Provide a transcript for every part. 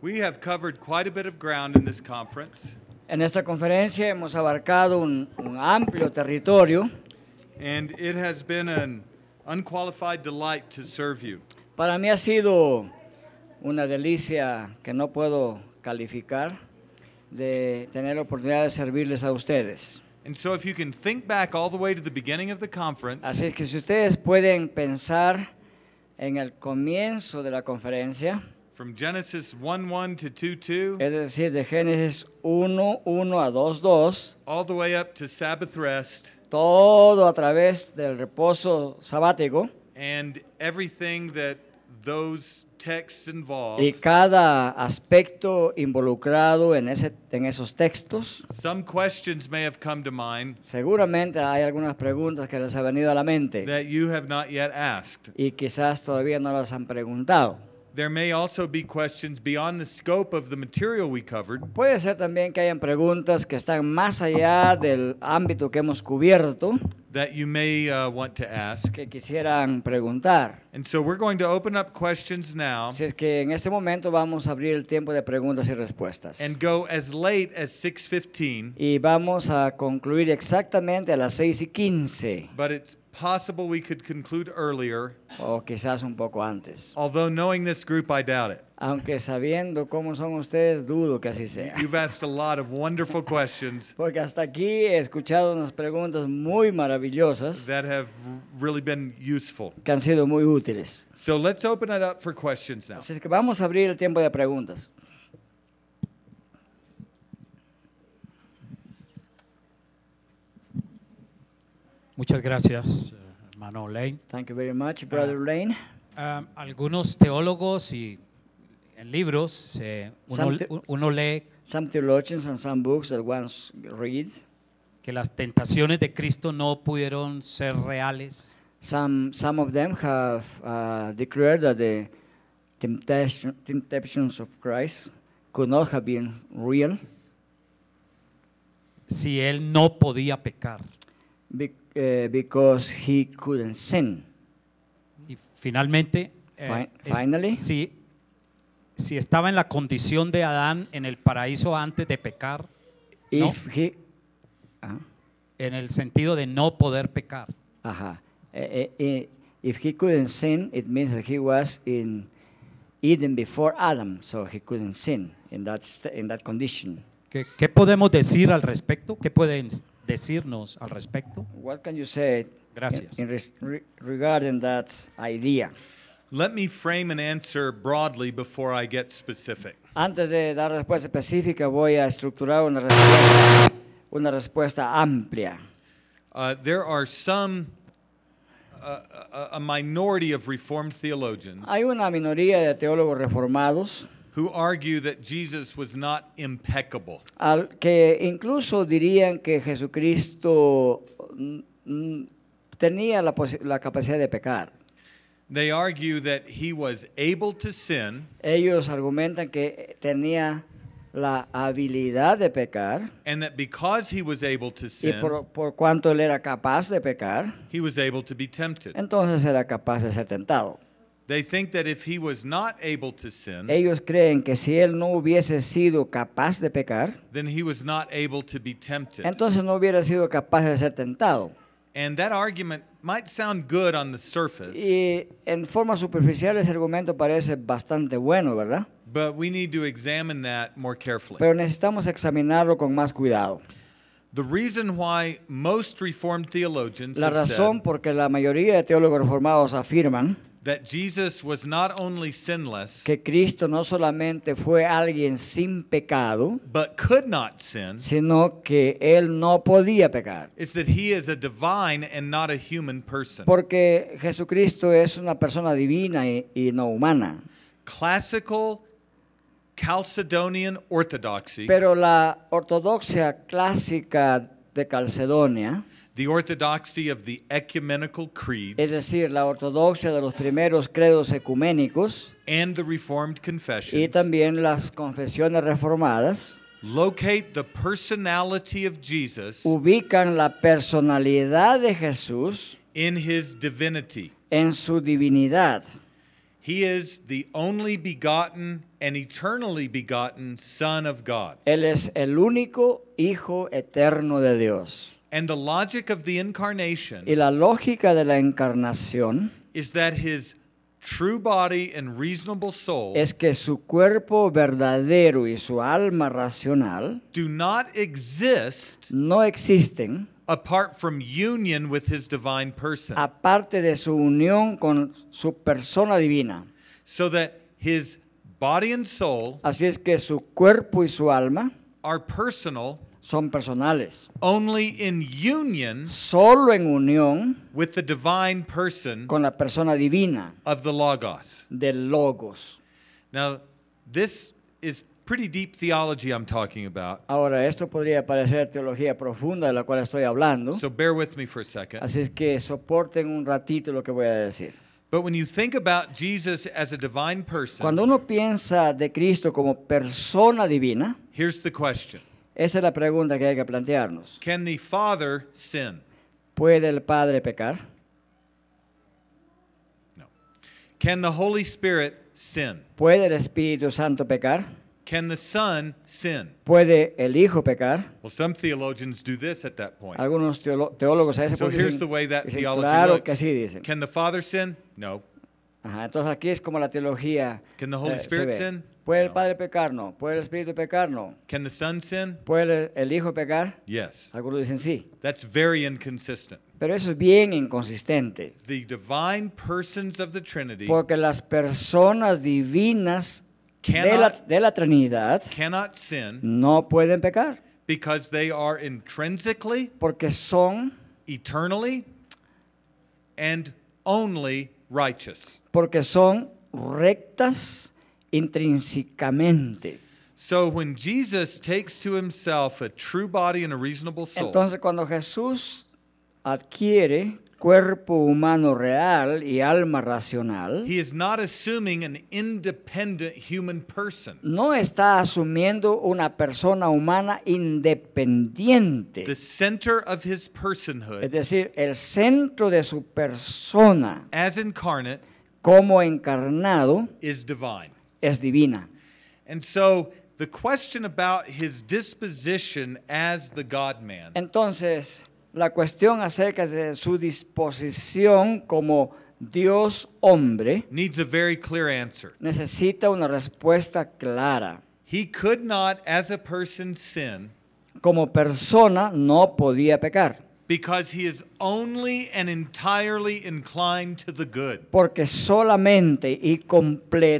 We have covered quite a bit of ground in this conference, En esta conferencia hemos abarcado un, un amplio territorio and it has been an unqualified delight to serve you. Para mí ha sido una delicia que no puedo calificar de tener la oportunidad de servirles a ustedes. And so, if you can think back all the way to the beginning of the conference, Así es que si ustedes pueden pensar en el comienzo de la conferencia, from Genesis 1 1 to 2 2, es decir, de Génesis 1, 1 a 2, 2, all the way up to Sabbath rest, todo a través del reposo sabático and everything that those texts involve, y cada aspecto involucrado en, ese, en esos textos. some questions may have come to mind Seguramente hay algunas preguntas que les ha venido a la mente. that you have not yet asked. y quizás todavía no las han preguntado. There may also be questions beyond the scope of the material we covered, Puede ser también que hayan preguntas que están más allá del ámbito que hemos cubierto that you may uh, want to ask. que quisieran preguntar. And so we're going to open up questions now Así es que en este momento vamos a abrir el tiempo de preguntas y respuestas. and go as late as 6:15, Y vamos a concluir exactamente a las 6 y 15 but it's possible we could conclude earlier, o quizás un poco antes. although knowing this group I doubt it. Aunque sabiendo cómo son ustedes, dudo que así sea. You've asked a lot of wonderful questions Porque hasta aquí he escuchado unas preguntas muy maravillosas that have really been useful. que han sido muy útiles. So let's open it up for questions now. Así que vamos a abrir el tiempo de preguntas. Muchas gracias, eh, hermano Lane. Thank you very much, Brother Ah. Lane. Um, algunos teólogos y en libros eh, uno, Some te- u- uno lee Some theologians and some books that ones read, que las tentaciones de Cristo no pudieron ser reales some, some of them have uh, declared that the temptation, temptations of Christ could not have been real si él no podía pecar. be, uh, because he couldn't sin. Y finalmente, eh, Fi- finally. si, si estaba en la condición de Adán en el paraíso antes de pecar, No. If he. Ah, en el sentido de no poder pecar, ajá. Eh, eh, eh, if he couldn't sin, it means that he was in Eden before Adam, so he couldn't sin in that, st- in that condition. ¿qué, qué podemos decir al respecto? ¿Qué pueden decirnos al respecto? What can you say Gracias. in- in res- re- regarding that idea? Let me frame an answer broadly before I get specific. Antes de dar respuesta específica, voy a estructurar una respuesta, una respuesta amplia. Uh, there are some, uh, a- a minority of Reformed theologians Hay una minoría de teólogos reformados who argue that Jesus was not impeccable. al- que incluso dirían que Jesucristo mm, mm, tenía la, posi- la capacidad de pecar. They argue that he was able to sin Ellos argumentan que tenía la habilidad de pecar and that because he was able to y sin, por- por cuanto él era capaz de pecar, he was able to be tempted. entonces era capaz de ser tentado. They think that if he was not able to sin, Ellos creen que si él no hubiese sido capaz de pecar, then he was not able to be tempted. entonces no hubiera sido capaz de ser tentado. And that argument might sound good on the surface, Y en forma superficial ese argumento parece bastante bueno, ¿verdad? but we need to examine that more carefully. Pero necesitamos examinarlo con más cuidado. The reason why most Reformed theologians La have razón said por que la mayoría de teólogos reformados afirman that Jesus was not only sinless, que Cristo no solamente fue alguien sin pecado, but could not sin sino que él no podía pecar. is that he is a divine and not a human person. Porque Jesucristo es una persona divina y- y no humana. Classical Chalcedonian Orthodoxy, Pero la ortodoxia clásica de Calcedonia, the orthodoxy of the ecumenical creeds es decir, la ortodoxia de los primeros credos ecuménicos and the Reformed y confessions, también las confesiones reformadas, locate the personality of Jesus ubican la personalidad de Jesús in his divinity. en su divinidad. He is the only begotten and eternally begotten Son of God. Él es el único Hijo eterno de Dios. And the logic of the incarnation Y la lógica de la encarnación is that his true body and reasonable soul es que su cuerpo verdadero y su alma racional do not exist no existen apart from union with his divine person. aparte de su unión con su persona divina. So that his body and soul Así es que su cuerpo y su alma are personal son personales. only in union Solo en unión with the divine person con la persona divina of the Logos. del Logos. Now, this is pretty deep theology I'm talking about. Ahora, esto podría parecer teología profunda de la cual estoy hablando, So bear with me for a second. así es que soporten un ratito lo que voy a decir. But when you think about Jesus as a divine person, Cuando uno piensa de Cristo como persona divina, here's the question esa es la pregunta que hay que plantearnos. Can the Father sin? ¿Puede el Padre pecar? No. Can the Holy Spirit sin? ¿Puede el Espíritu Santo pecar? Can the Son sin? ¿Puede el Hijo pecar? Well, some theologians do this at that point. Algunos teolo- teólogos a ese So punto here's dicen, the way that dicen, theology claro looks. que sí, dicen. Can the Father sin? No. Ajá, entonces aquí es como la teología. Can the Holy eh, se Spirit ve. sin? ¿Puede el No. Padre pecar? No. ¿Puede el Espíritu pecar? No. Can the Son sin? ¿Puede el Hijo pecar? Yes. Algunos dicen sí. That's very inconsistent. Pero eso es bien inconsistente. The divine persons of the Trinity Porque las personas divinas de la, Cannot- de la Trinidad Mm. cannot sin no pueden pecar. because they are intrinsically, Porque son, eternally, and only righteous. porque son rectas intrínsecamente. So when Jesus takes to himself a true body and a reasonable soul, Entonces cuando Jesús adquiere cuerpo humano real y alma racional, he is not assuming an independent human person. no está asumiendo una persona humana independiente. The center of his Es personhood decir, el centro de su persona as incarnate como encarnado is divine. es divina. And so the question about his disposition as the God man Entonces, la cuestión acerca de su disposición como Dios hombre needs a very clear answer. necesita una respuesta clara. He could not, as a person, sin Como persona no podía pecar, because he is only and entirely inclined to the good. porque solamente y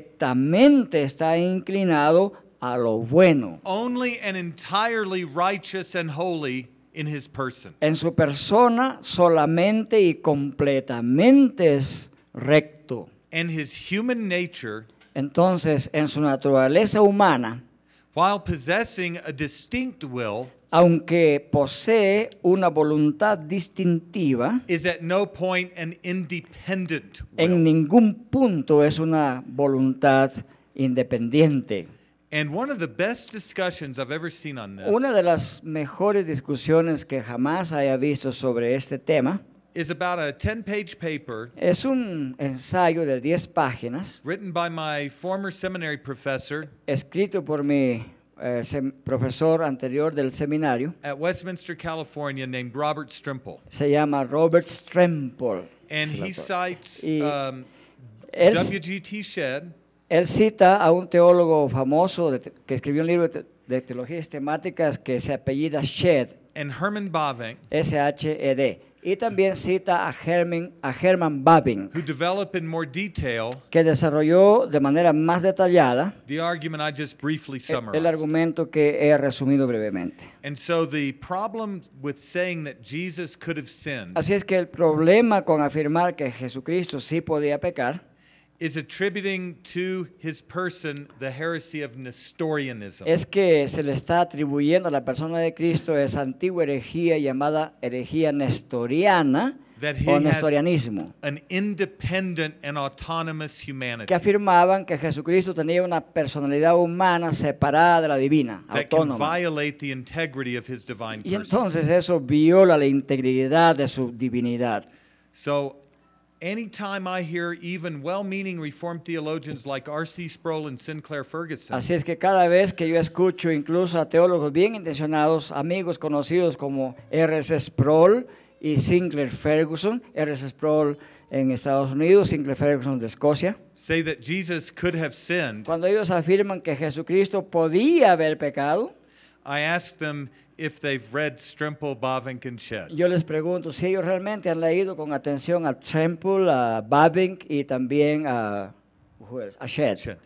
completamente está inclinado a lo bueno. Only and entirely righteous and holy in his person. En su persona solamente y completamente es recto. And his human nature, Entonces, en su naturaleza humana, while possessing a distinct will, aunque posee una voluntad distintiva, is at no point an independent en will. ningún punto es una voluntad independiente. And one of the best discussions I've ever seen on this Una de las mejores discusiones que jamás haya visto sobre este tema is about a 10 page paper es un ensayo de 10 páginas written by my former seminary professor escrito por mi eh, sem- profesor anterior del seminario. at Westminster, California, named Robert Strimple. Se llama Robert Strempel. And Se la he pon- cites Y um, él, W.G.T. Shedd él cita a un teólogo famoso de te- que escribió un libro de, te- de teologías temáticas que se apellida Shed, and Herman Bavinck, S-H-E-D. E Y también cita a Herman, a Herman Babin, who develop in more detail que desarrolló de manera más detallada the argument I just briefly el- summarized. el argumento que he resumido brevemente. And so the problem with saying that Jesus could have sinned Así es que el problema con afirmar que Jesucristo sí podía pecar is attributing to his person the heresy of Nestorianism. es que se le está atribuyendo a la persona de Cristo esa antigua herejía llamada herejía nestoriana That he o has- nestorianismo, an independent and autonomous humanity que afirmaban que Jesucristo tenía una personalidad humana separada de la divina, that can autónoma. violate the integrity of his divine Y person. entonces eso viola la integridad de su divinidad. so anytime I hear even well meaning Reformed theologians like R.C. Sproul and Sinclair Ferguson, Así es que cada vez que yo escucho incluso a teólogos bien intencionados, amigos conocidos como R.S. Sproul y Sinclair Ferguson, R.S. Sproul en Estados Unidos, Sinclair Ferguson de Escocia, say that Jesus could have sinned, cuando ellos afirman que Jesucristo podía haber pecado, I ask them if they've read Strimple, Bavink, and Shedd. yo les pregunto si ellos realmente han leído con atención a Temple, a Babink y también a, who else? a Shedd. Shedd.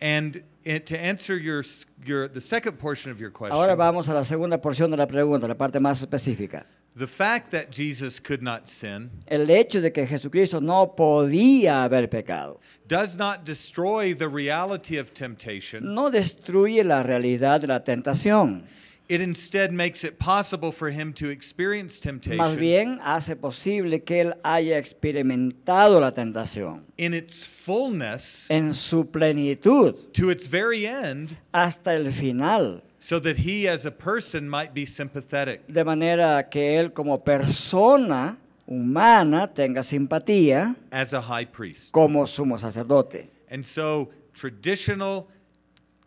And it, to answer your, s- your the second portion of your question, Ahora vamos a la segunda porción de la pregunta, la parte más específica. the fact that Jesus could not sin El hecho de que Jesucristo no podía haber pecado does not destroy the reality of temptation. no destruye la realidad de la tentación, It instead makes it possible for him to experience temptation más bien hace posible que él haya experimentado la tentación in its fullness en su plenitud to its very end hasta el final, so that he as a person might be sympathetic. de manera que él como persona humana tenga simpatía as a high priest. como sumo sacerdote. And so traditional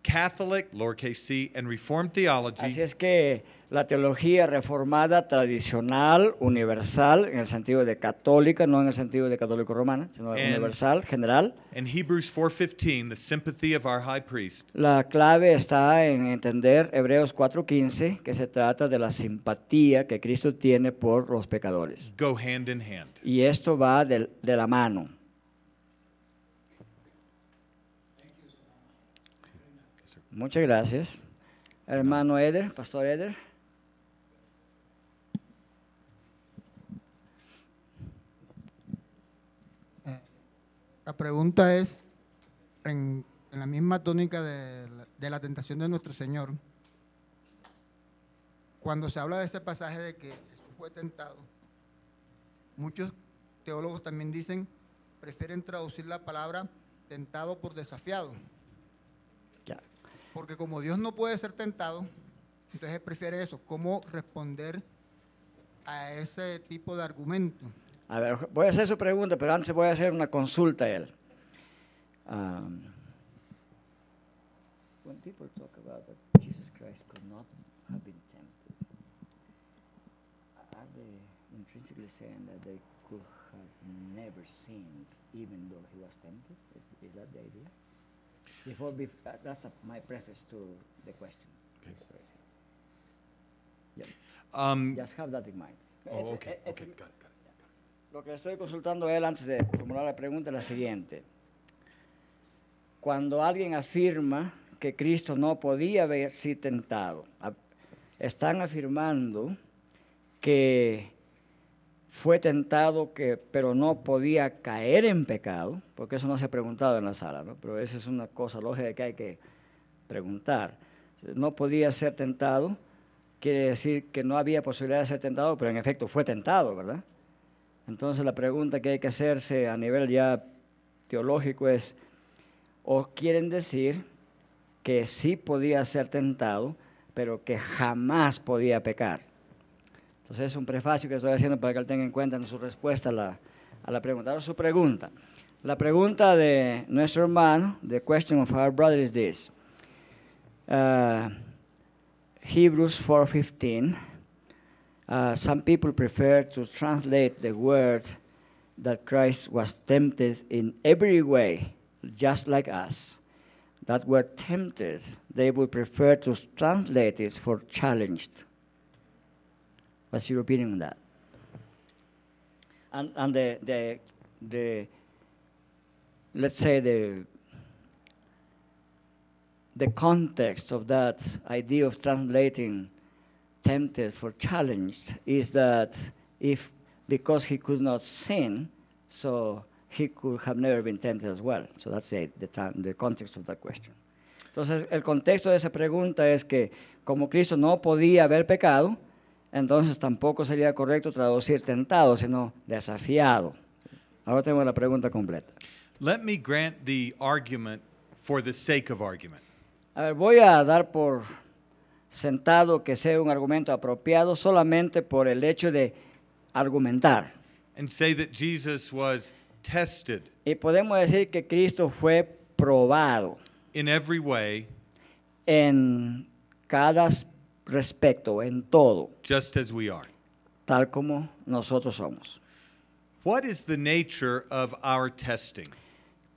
Catholic, lowercase c, and Reformed Así theology es que la teología reformada tradicional, universal, en el sentido de católica, no en el sentido de católico romana, sino En- universal, general. and Hebrews 4:15, the sympathy of our high priest, La clave está en entender Hebreos 4:15, que se trata de la simpatía que Cristo tiene por los pecadores. go hand in hand. Y esto va del- de, la mano. Muchas gracias. Hermano Eder, Pastor Eder. Eh, La pregunta es, en, en la misma tónica de la, de la tentación de nuestro Señor, cuando se habla de ese pasaje de que Jesús fue tentado, muchos teólogos también dicen, prefieren traducir la palabra tentado por desafiado, Ya. porque como Dios no puede ser tentado, entonces él prefiere eso, cómo responder a ese tipo de argumento. A ver, voy a hacer su pregunta, pero antes voy a hacer una consulta a él. Um, when people talk about that Jesus Christ could not have been tempted, are they intrinsically saying that they could have never sinned even though he was tempted? Is, is that the idea? Before, bef- that- that's a, my preface to the question. Yep. Um, Just have that in mind. It's- oh, okay, it's- okay, got it, got it. Lo que le estoy consultando a él antes de formular la pregunta es la siguiente. Cuando alguien afirma que Cristo no podía haber sido tentado, a- están afirmando que fue tentado, que, pero no podía caer en pecado, porque eso no se ha preguntado en la sala, ¿no? pero esa es una cosa lógica que hay que preguntar. No podía ser tentado, quiere decir que no había posibilidad de ser tentado, pero en efecto fue tentado, ¿verdad? Entonces la pregunta que hay que hacerse a nivel ya teológico es, ¿o quieren decir que sí podía ser tentado, pero que jamás podía pecar? Entonces es un prefacio que estoy haciendo para que él tenga en cuenta en su respuesta a la, a la pregunta. Ahora su pregunta. La pregunta de nuestro hermano, the question of our brother is this. Uh, Hebrews 4.15 uh, some people prefer to translate the word that Christ was tempted in every way, just like us, that were tempted. They would prefer to translate it for challenged. What's your opinion on that? And, and the, the, the, let's say the, the context of that idea of translating tempted for challenged is that if because he could not sin, so he could have never been tempted as well. So that's it, the, tran- the context of that question. Entonces, el contexto de esa pregunta es que como Cristo no podía haber pecado, entonces tampoco sería correcto traducir tentado, sino desafiado. Ahora tenemos la pregunta completa. Let me grant the argument for the sake of argument. A ver, voy a dar por sentado que sea un argumento apropiado solamente por el hecho de argumentar and say that Jesus was tested Y podemos decir que Cristo fue probado in every way, en cada as- respecto, en todo, just as we are. tal como nosotros somos. What is the nature of our testing?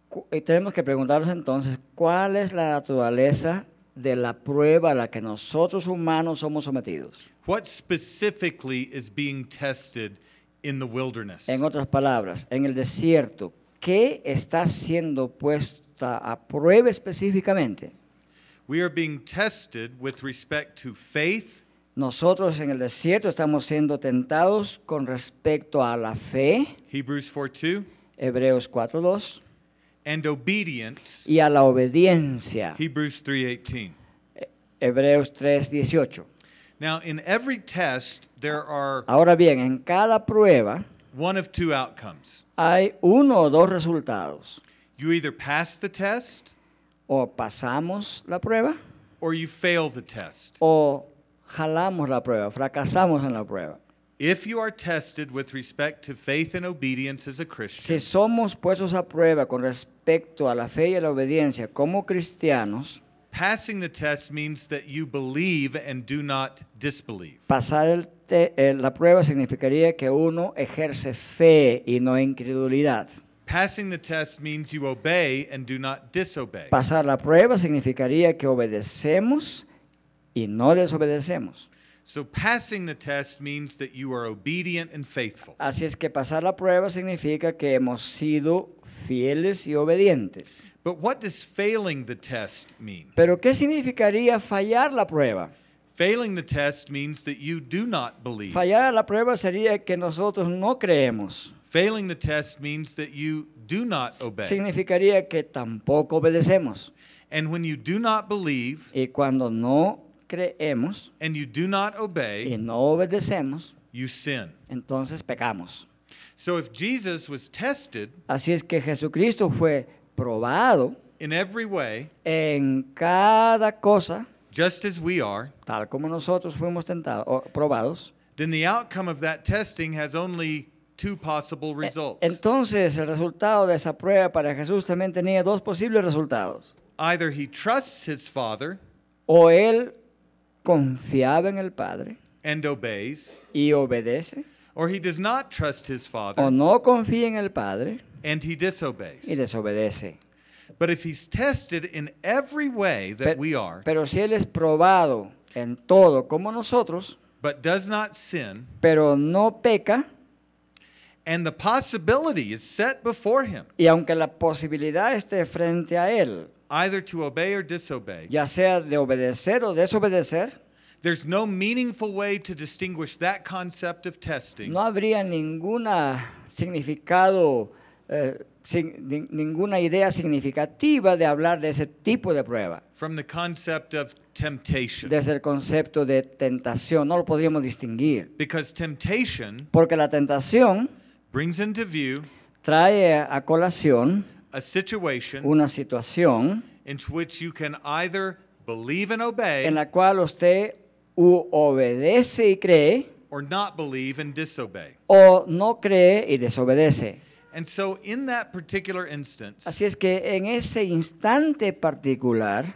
Cu- Y tenemos que preguntarnos entonces, ¿cuál es la naturaleza de la prueba a la que nosotros humanos somos sometidos? What specifically is being tested in the wilderness? En otras palabras, en el desierto, ¿qué está siendo puesta a prueba específicamente? We are being tested with respect to faith, Nosotros en el desierto estamos siendo tentados con respecto a la fe, Hebrews 4:2, Hebreos 4.2, and obedience, y a la obediencia, Hebrews 3:18. Hebreos 3.18. Now, in every test, there are Ahora bien, en cada prueba one of two outcomes. hay uno o dos resultados. You either pass the test O pasamos la prueba or you fail the test. o jalamos la prueba, fracasamos en la prueba. If you are tested with respect to faith and obedience as a Christian, Si somos puestos a prueba con respecto a la fe y a la obediencia como cristianos, passing the test means that you believe and do not disbelieve. pasar el te- eh, la prueba significaría que uno ejerce fe y no incredulidad. Passing the test means you obey and do not disobey. Pasar la prueba significaría que obedecemos y no desobedecemos. So passing the test means that you are obedient and faithful. Así es que pasar la prueba significa que hemos sido fieles y obedientes. But what does failing the test mean? Pero ¿qué significaría fallar la prueba? Failing the test means that you do not believe. Fallar la prueba sería que nosotros no creemos. Failing the test means that you do not obey. Significaría que tampoco obedecemos. And when you do not believe Y cuando no creemos and you do not y obey, no obedecemos, you sin. entonces pecamos. So if Jesus was tested Así es que Jesucristo fue probado in every way, en cada cosa, just as we are, tal como nosotros fuimos tentados, o probados. then the outcome of that testing has only two possible E- results. Entonces el resultado de esa prueba para Jesús también tenía dos posibles resultados. Either he trusts his Father O él confiaba en el Padre and obeys, y obedece, or he does not trust his Father o no confía en el Padre and he disobeys. y desobedece. But if he's tested in every way that Pe- we are, Pero si él es probado en todo como nosotros, but does not sin, pero no peca, and the possibility is set before him y aunque la posibilidad esté frente a él, either to obey or disobey, ya sea de obedecer o desobedecer, there's no meaningful way to distinguish that concept of testing no habría ninguna significado, eh, sin- nin- ninguna idea significativa de hablar de ese tipo de prueba. from the concept of temptation. desde el concepto de tentación, no lo podríamos distinguir. Because temptation Porque la tentación brings into view trae a colación a situation una situación in which you can either believe and obey en la cual usted u obedece y cree or not believe and disobey. o no cree y desobedece. And so, in that particular instance, Así es que en ese instante particular,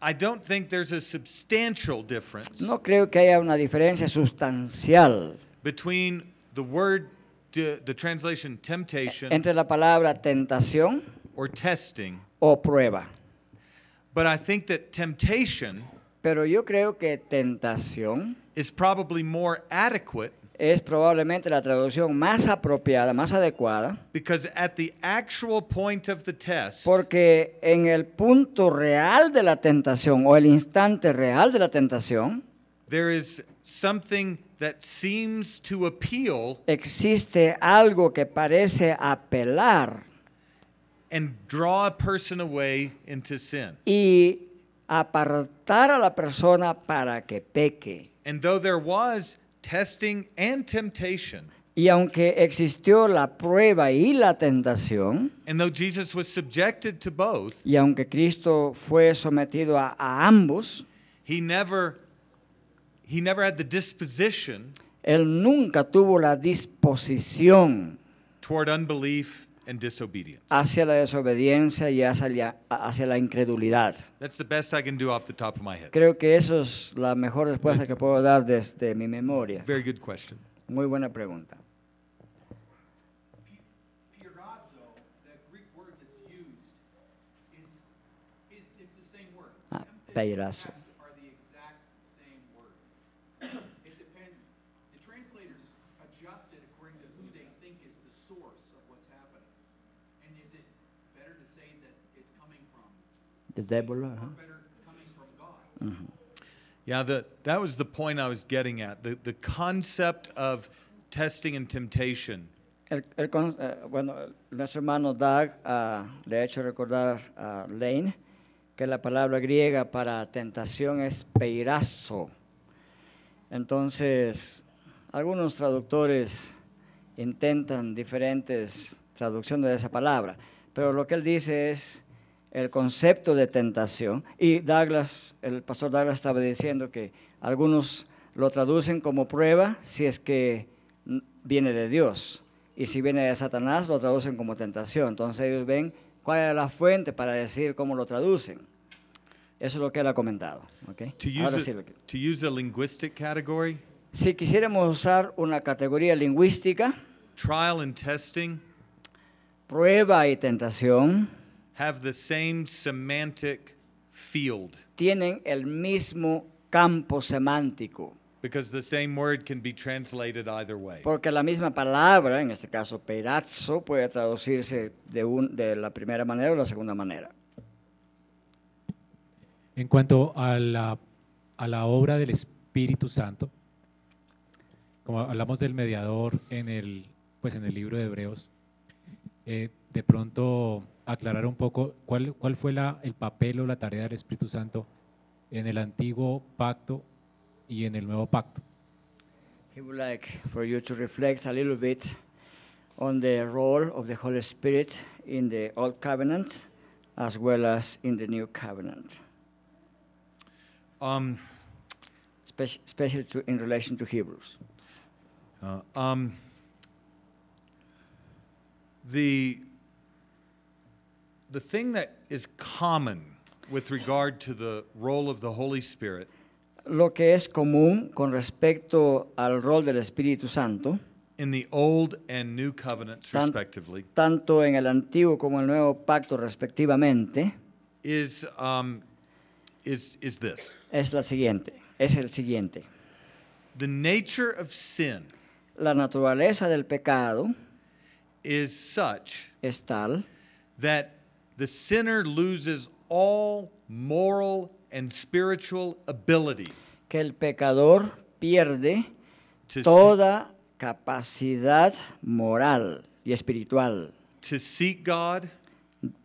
I don't think there's a substantial difference no creo que haya una diferencia sustancial between the word, the, the translation temptation entre la palabra tentación or testing. o prueba. But I think that temptation Pero yo creo que tentación is probably more adequate es probablemente la traducción más apropiada, más adecuada, because at the actual point of the test, porque en el punto real de la tentación o el instante real de la tentación there is something that seems to appeal existe algo que parece apelar and draw a person away into sin. y apartar a la persona para que peque. And though there was testing and temptation, Y aunque existió la prueba y la tentación, and though Jesus was subjected to both, y aunque Cristo fue sometido a, a ambos, he never he never had the disposition Él nunca tuvo la disposición toward unbelief and disobedience. hacia la desobediencia y hacia la, hacia la incredulidad. That's the best I can do off the top of my head. Creo que eso es la mejor respuesta que puedo dar desde mi memoria. Very good question. Muy buena pregunta. Pirazo, that Greek word that's used, is, is, it's the same word. Ah, Tempted peirazo. and cast Are the exact same word. It depends, the translators adjust it according to who they think is the source of what's happening. And is it better to say that it's coming from, The devil, ajá. or better coming from God? Ujú. Yeah, the, that was the point I was getting at. The, the concept of testing and temptation El- el con- eh, bueno, el- nuestro hermano Doug ah, le ha hecho recordar a Lane que la palabra griega para tentación es peirazo. Entonces, algunos traductores intentan diferentes traducciones de esa palabra, pero lo que él dice es el concepto de tentación. Y Douglas, el pastor Douglas estaba diciendo que algunos lo traducen como prueba si es que mm, viene de Dios. Y si viene de Satanás, lo traducen como tentación. Entonces ellos ven cuál es la fuente para decir cómo lo traducen. Eso es lo que él ha comentado. ¿ok? to use Ahora a, sí lo que- to use a linguistic category, si quisiéramos usar una categoría lingüística, trial and testing prueba y tentación have the same semantic field tienen el mismo campo semántico, because the same word can be translated either way. porque la misma palabra, en este caso perazzo, puede traducirse de, un- de la primera manera o la segunda manera. En cuanto a la, a la obra del Espíritu Santo, como hablamos del mediador en el, pues en el libro de Hebreos, eh, de pronto aclarar un poco cuál, cuál fue la, el papel o la tarea del Espíritu Santo en el antiguo pacto y en el nuevo pacto. He would like for you to reflect a little bit on the role of the Holy Spirit in the Old Covenant as well as in the New Covenant, Um, especially especially to, in relation to Hebrews. Uh, um, the the thing that is common with regard to the role of the Holy Spirit Lo que es común con respecto al rol del Espíritu Santo, in the Old and New Covenants, Tan- respectively, tanto en el antiguo como el nuevo pacto respectivamente, is um, is is this es la siguiente, es el siguiente. the nature of sin La naturaleza del pecado is such es tal that the sinner loses all moral and spiritual ability que el pecador pierde to se- toda capacidad moral y espiritual to seek God,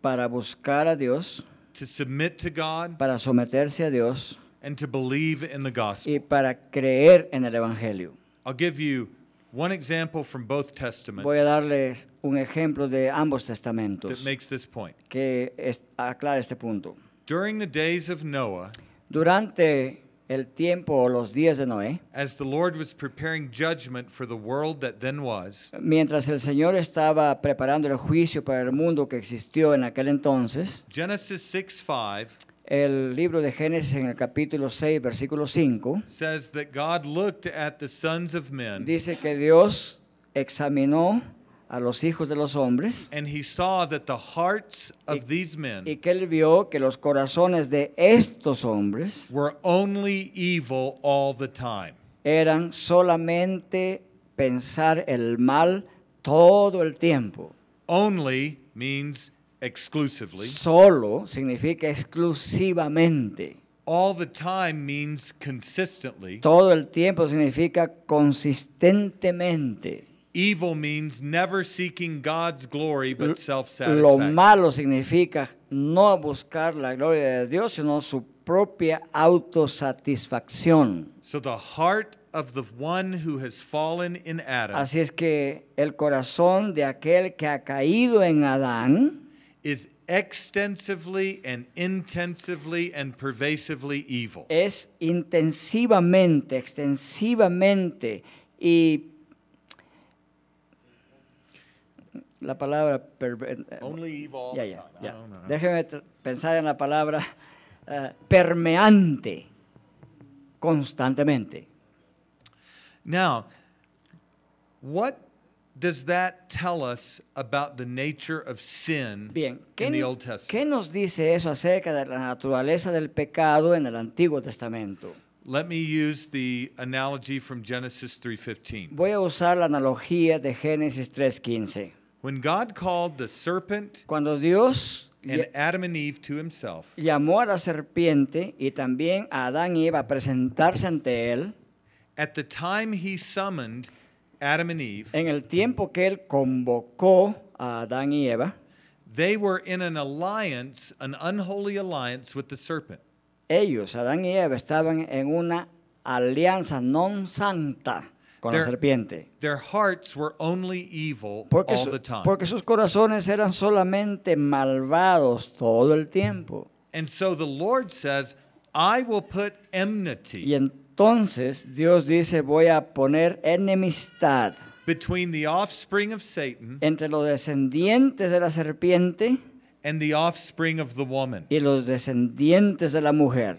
para buscar a Dios, to submit to God, para someterse a Dios and to believe in the gospel. y para creer en el Evangelio. I'll give you one example from both testaments Voy a darles un ejemplo de ambos that testamentos makes this point. que es- aclara este punto. During the days of Noah, Durante el tiempo o los días de Noé, as the Lord was preparing judgment for the world that then was, mientras el Señor estaba preparando el juicio para el mundo que existió en aquel entonces, Genesis 6 5 el libro de Génesis en el capítulo 6, versículo 5, says that God looked at the sons of men dice que Dios examinó a los hijos de los hombres and he saw that the hearts Y- of these y men que él vio que los corazones de estos hombres were only evil all the time. eran solamente pensar el mal todo el tiempo. Only means exclusively. Solo significa exclusivamente. All the time means consistently. Todo el tiempo significa consistentemente. Evil means never seeking God's glory but self Lo satisfaction. malo significa no buscar la gloria de Dios, sino su propia autosatisfacción. So the heart of the one who has fallen in Adam Así es que el corazón de aquel que ha caído en Adán is extensively and intensively and pervasively evil. es intensivamente, extensivamente y la palabra... perver- eh, Only evil all ya, the ya, time. I ya. don't know. Déjeme tr- pensar en la palabra eh, permeante constantemente. Now, what does that tell us about the nature of sin Bien, ¿qué, in the no- Old Testament? qué nos dice eso acerca de la naturaleza del pecado en el Antiguo Testamento? Let me use the analogy from Genesis 3:15. Voy a usar la analogía de Génesis 3.15. When God called the serpent Cuando Dios and ll- Adam and Eve to himself, llamó a la serpiente y también a Adán y Eva a presentarse ante él, at the time he summoned Adam and Eve, en el tiempo que él convocó a Adán y Eva, they were in an alliance, an unholy alliance with the serpent. ellos, Adán y Eva, estaban en una alianza non santa con la They're- serpiente. Their hearts were only evil Porque, all su- the time. porque sus corazones eran solamente malvados todo el tiempo. And so the Lord says, I will put Y enmity entonces Dios dice, voy a poner enemistad between the offspring of Satan entre los descendientes de la serpiente and the offspring of the woman. y los descendientes de la mujer.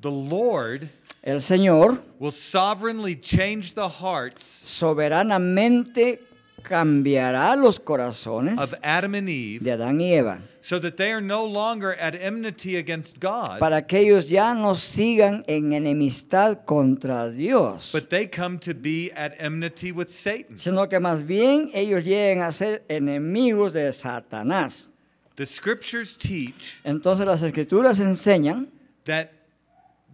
The Lord El Señor will sovereignly change the hearts soberanamente cambiará los corazones of Adam and Eve de Adán y Eva so that they are no longer at enmity against God, para que ellos ya no sigan en enemistad contra Dios, but they come to be at enmity with Satan. sino que más bien ellos lleguen a ser enemigos de Satanás. The scriptures teach Entonces las escrituras enseñan that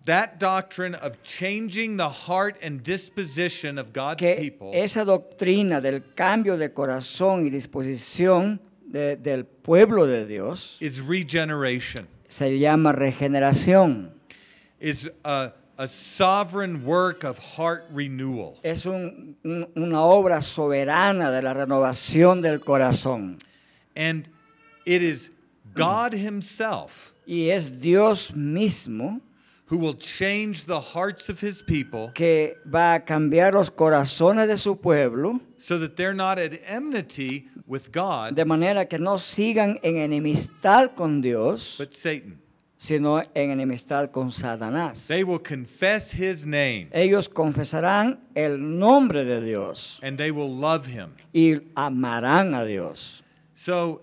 that doctrine of changing the heart and disposition of God's que people esa doctrina del cambio de corazón y disposición de- del pueblo de Dios is regeneration, se llama regeneración. is a, a sovereign work of heart renewal. Es un- un- una obra soberana de la renovación del corazón. And it is God Himself Y es Dios mismo who will change the hearts of His people que va a cambiar los corazones de su pueblo so that they're not at enmity with God, de manera que no sigan en enemistad con Dios, but Satan. sino en enemistad con Satanás. They will confess His name Ellos confesarán el nombre de Dios and they will love Him. y amarán a Dios. So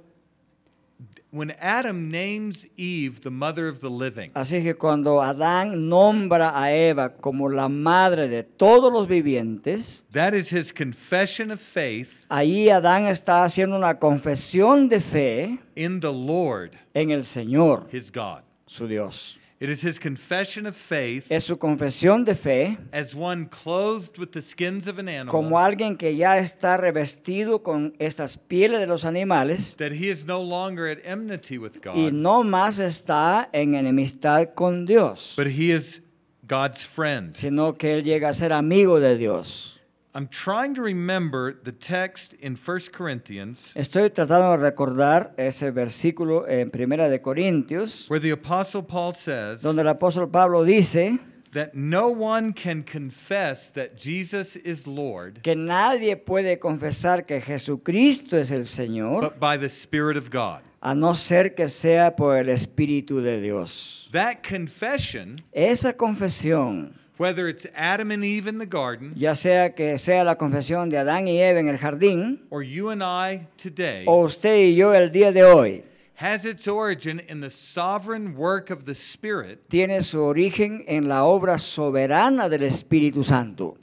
when Adam names Eve the mother of the living, Así que cuando Adán nombra a Eva como la madre de todos los vivientes, that is his confession of faith Ahí Adán está haciendo una confesión de fe in the Lord, en el Señor, his God. su Dios. It is his confession of faith Es su confesión de fe as one clothed with the skins of an como animal alguien que ya está revestido con estas pieles de los animales that he is no longer at enmity with y Este God, no más está en enemistad con Dios, but he is God's friend. sino que él llega a ser amigo de Dios. I'm trying to remember the text in 1 Corinthians Estoy tratando de recordar ese versículo en Primera de Corintios, where the apostle Paul says, donde el apóstol Pablo dice that no one can confess that Jesus is Lord que nadie puede confesar que Jesucristo es el Señor but by the Spirit of God. a no ser que sea por el Espíritu de Dios. That confession, Esa confesión, whether it's Adam and Eve in the garden ya sea que sea la confesión de Adán y Eva en el jardín, or you and I today, o usted y yo el día de hoy, has its origin in the sovereign work of the Spirit tiene su origen en la obra soberana del Espíritu Santo,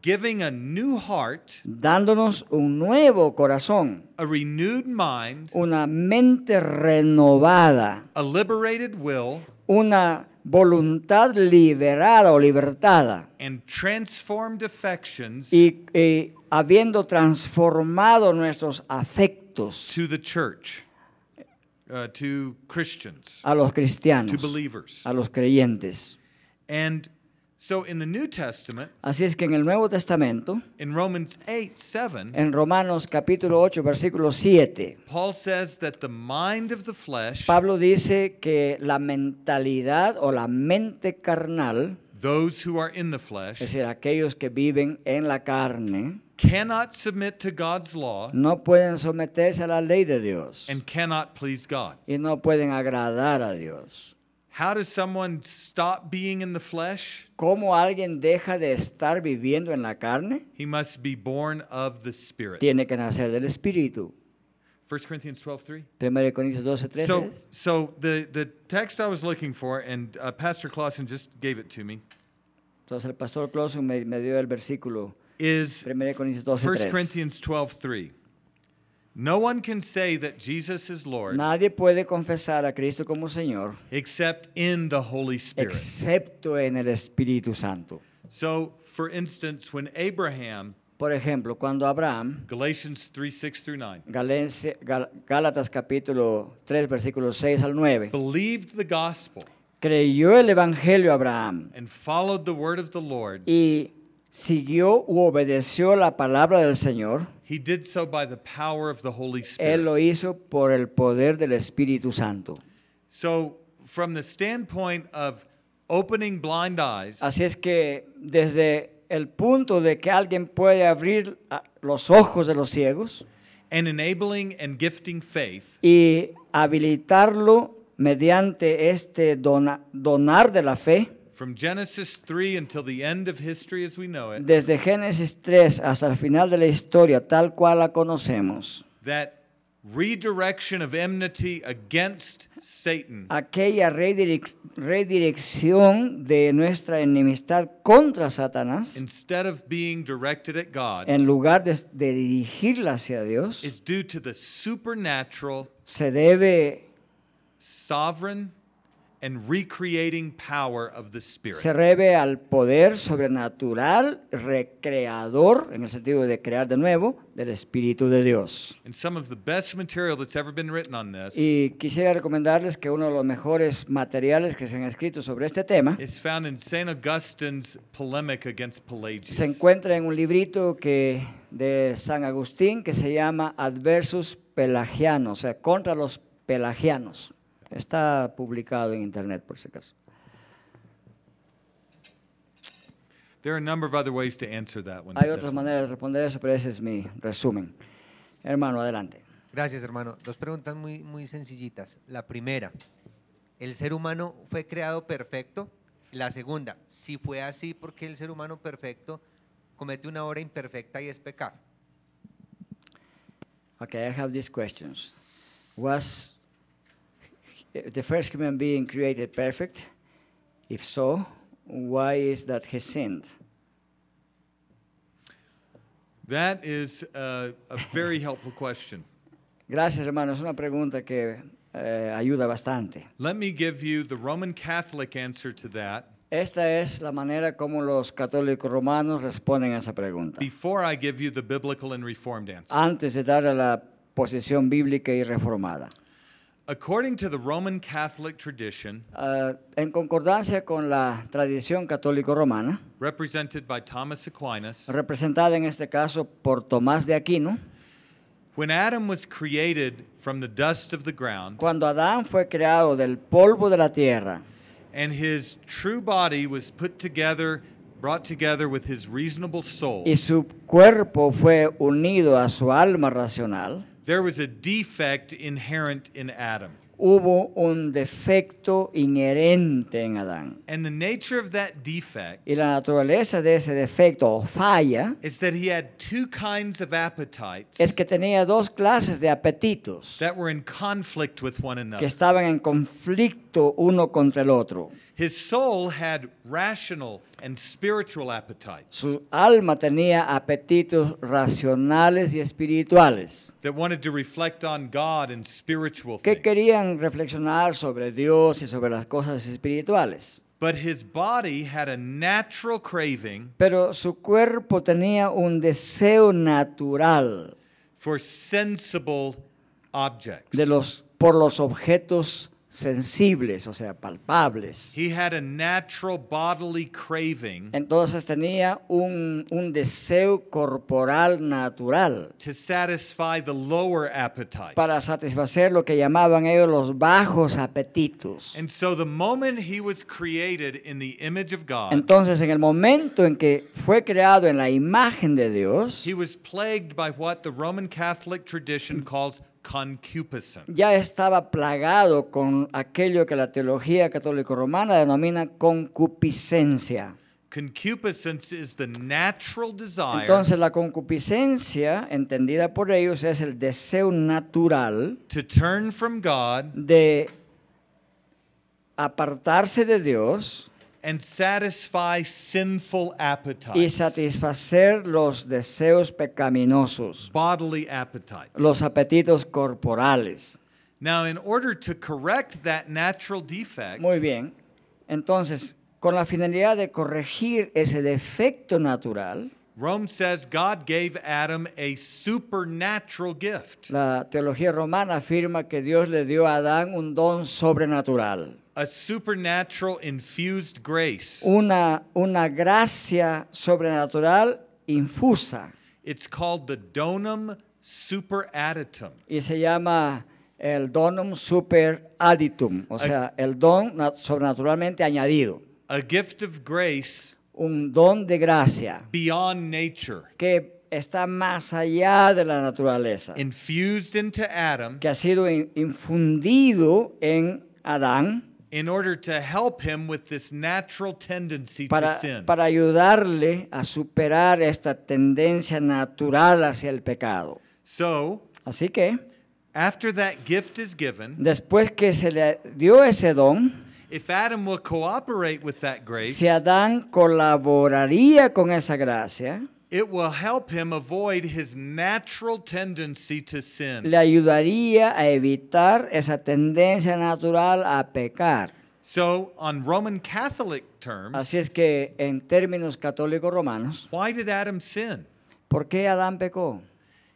giving a new heart, dándonos un nuevo corazón, a renewed mind, una mente renovada, a liberated will, una voluntad liberada o libertada. and transformed affections y, y habiendo transformado nuestros afectos to the church, uh, to Christians, a los to cristianos, believers. a los creyentes. And so in the New Testament, Así es que en el Nuevo Testamento, in Romans 8 7, en Romanos capítulo 8, versículo 7, Paul says that the mind of the flesh, Pablo dice que la mentalidad o la mente carnal, those who are in the es flesh, decir, aquellos que viven en la carne, cannot submit to God's law no pueden someterse a la ley de Dios and cannot please God. y no pueden agradar a Dios. How does someone stop being in the flesh? ¿Cómo alguien deja de estar viviendo en la carne? He must be born of the Spirit. Tiene que nacer del Espíritu. 1 Corinthians 12:3. 1 Corintios 12, 13. So, so the, the text I was looking for, and uh, Pastor Clausen just gave it to me, Entonces el pastor Clausen me, me dio el versículo is 1 Corintios 12, 1 3. Corinthians 12:3. No one can say that Jesus is Lord Nadie puede confesar a Cristo como Señor except in the Holy Spirit. excepto en el Espíritu Santo. So, for instance, when Abraham, Por ejemplo, cuando Abraham, Galatians 3 6 through 9, Galense- Gal- Gálatas capítulo 3, versículos 6 al 9, believed the gospel creyó el Evangelio Abraham and followed the word of the Lord, y siguió u obedeció la palabra del Señor, he did so by the power of the Holy él lo Spirit. hizo por el poder del Espíritu Santo. So, from the standpoint of opening blind eyes, Así es que desde el punto de que alguien puede abrir ah, los ojos de los ciegos and enabling and gifting faith, y habilitarlo mediante este dona- donar de la fe, from Genesis 3 until the end of history as we know it, desde Génesis 3 hasta el final de la historia tal cual la conocemos, that redirection of enmity against Satan aquella redirec- redirección de nuestra enemistad contra Satanás, instead of being directed at God en lugar de, de dirigirla hacia Dios, is due to the supernatural, se debe, sovereign, and recreating power of the se Spirit. debe al poder sobrenatural, recreador, en el sentido de crear de nuevo, del Espíritu de Dios. And some of the best material that's ever been written on this Y quisiera recomendarles que uno de los mejores materiales que se han escrito sobre este tema is found in St. Augustine's polemic against Pelagius. se encuentra en un librito que, de San Agustín que se llama Adversus Pelagianos, o sea, contra los pelagianos. Está publicado en internet por si acaso. There are a number of other ways to answer that one. but Hay that's otras one. maneras de responder eso, pero ese es mi resumen. Hermano, adelante. Gracias, hermano. Dos preguntas muy, muy sencillitas. La primera, ¿el ser humano fue creado perfecto? La segunda, si fue así, ¿por qué el ser humano perfecto comete una obra imperfecta y es pecar? Okay, I have these questions. Was the first human being created perfect? If so, why is that he sinned? That is uh, a very helpful question. Gracias, hermano. Es una pregunta que eh, ayuda bastante. Let me give you the Roman Catholic answer to that Esta es la manera como los católicos romanos responden a esa pregunta. before I give you the biblical and reformed answer. Antes de darle la posición bíblica y reformada. According to the Roman Catholic tradition, Ah, en concordancia con la tradición católico romana, represented by Thomas Aquinas, representada en este caso por Tomás de Aquino, when Adam was created from the dust of the ground cuando Adán fue creado del polvo de la tierra and his true body was put together, brought together with his reasonable soul, y su cuerpo fue unido a su alma racional, there was a defect inherent in Adam. hubo un defecto inherente en Adán. And the nature of that defect Y la naturaleza de ese defecto o falla is that he had two kinds of appetites es que tenía dos clases de apetitos that were in conflict with one que another. estaban en conflicto uno contra el otro. His soul had rational and spiritual appetites Su alma tenía apetitos racionales y espirituales that wanted to reflect on God and spiritual que things. querían reflexionar sobre Dios y sobre las cosas espirituales. But his body had a natural craving Pero su cuerpo tenía un deseo natural for sensible objects. de los, por los objetos sensibles, o sea, palpables. He had a natural bodily craving Entonces tenía un, un deseo corporal natural to satisfy the lower appetites. para satisfacer lo que llamaban ellos los bajos apetitos. And so the moment he was created in the image of God, Entonces, en el momento en que fue creado en la imagen de Dios, he was plagued by what the Roman Catholic tradition calls concupiscence. ya estaba plagado con aquello que la teología católico-romana denomina concupiscencia. Concupiscence is the natural desire Entonces la concupiscencia, entendida por ellos, es el deseo natural to turn from God de apartarse de Dios and satisfy sinful y appetites, satisfacer los deseos pecaminosos, bodily appetites. los apetitos corporales. Now, in order to correct that natural defect, Muy bien. Entonces, con la finalidad de corregir ese defecto natural, Rome says God gave Adam a supernatural gift, la teología romana afirma que Dios le dio a Adán un don sobrenatural, a supernatural infused grace. una, una gracia sobrenatural infusa It's called the donum superadditum. y se llama el donum super aditum, o sea, el don na- sobrenaturalmente añadido, a gift of grace un don de gracia beyond nature, que está más allá de la naturaleza. infused into Adam que ha sido in- infundido en Adán in order to help him with this natural tendency para, to sin. para ayudarle a superar esta tendencia natural hacia el pecado. So, Así que after that gift is given, después que se le dio ese don, if Adam will cooperate with that grace, si Adán colaboraría con esa gracia, it will help him avoid his natural tendency to sin. le ayudaría a evitar esa tendencia natural a pecar. So, on Roman Catholic terms, Así es que en términos católicos romanos, why did Adam sin? ¿por qué Adán pecó?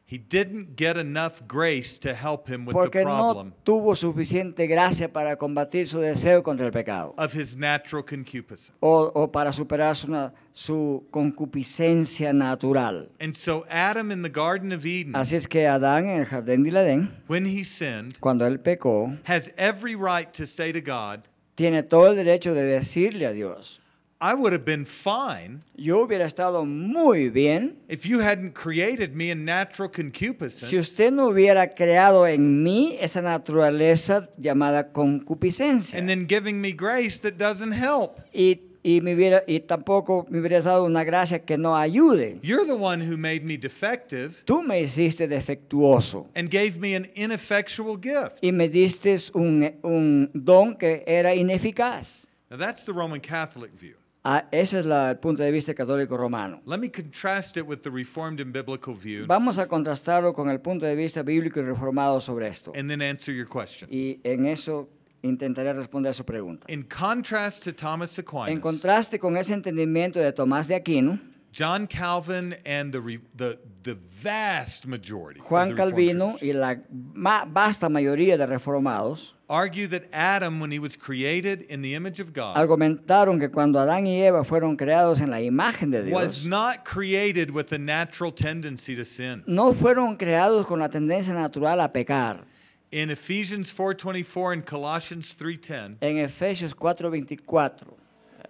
He didn't get enough grace to help him with the porque problem no tuvo suficiente gracia para combatir su deseo contra el pecado of his natural concupiscence. o, o para superar su, na- su concupiscencia natural. And so Adam in the Garden of Eden, Así es que Adán en el jardín del Edén, when he sinned, cuando él pecó, has every right to say to God, tiene todo el derecho de decirle a Dios, I would have been fine yo hubiera estado muy bien if you hadn't created me in natural si concupiscence usted no hubiera creado en mí esa naturaleza llamada concupiscencia and then giving me grace that doesn't help. y, y me hubiera, y tampoco me hubieras dado una gracia que no ayude. You're the one who made me defective Tú me hiciste defectuoso. and gave me an ineffectual gift. y me diste un, un don que era ineficaz. Now that's the Roman Catholic view. Ah, ese es la- el punto de vista católico romano. Let me contrast it with the Reformed and biblical view Vamos a contrastarlo con el punto de vista bíblico y reformado sobre esto. and then answer your question. Y en eso intentaré responder a su pregunta. In contrast to Thomas En Aquinas, contraste con ese entendimiento de Tomás de Aquino, John Calvin and the re, the the vast majority of Juan the Reformed Calvino tradition y la ma- vasta mayoría de reformados argue that Adam, when he was created in the image of God, argumentaron que cuando Adán y Eva fueron creados en la imagen de was Dios, not created with a natural tendency to sin. no fueron creados con la tendencia natural a pecar. In Ephesians 4:24 and Colossians 3:10, en Efesios 4:24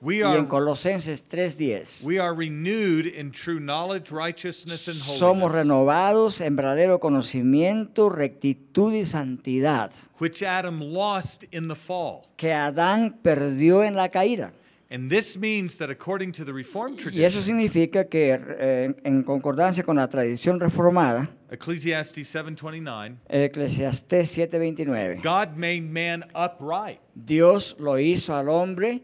we y are en Colosenses 3:10. we are renewed in true knowledge, righteousness, and Somos holiness, renovados en verdadero conocimiento, rectitud y santidad which Adam lost in the fall. que Adán perdió en la caída. And this means that according to the Reformed Y eso tradition, significa que eh, en concordancia con la tradición reformada, Ecclesiastes 7:29, Eclesiastés 7:29, God made man upright. Dios lo hizo al hombre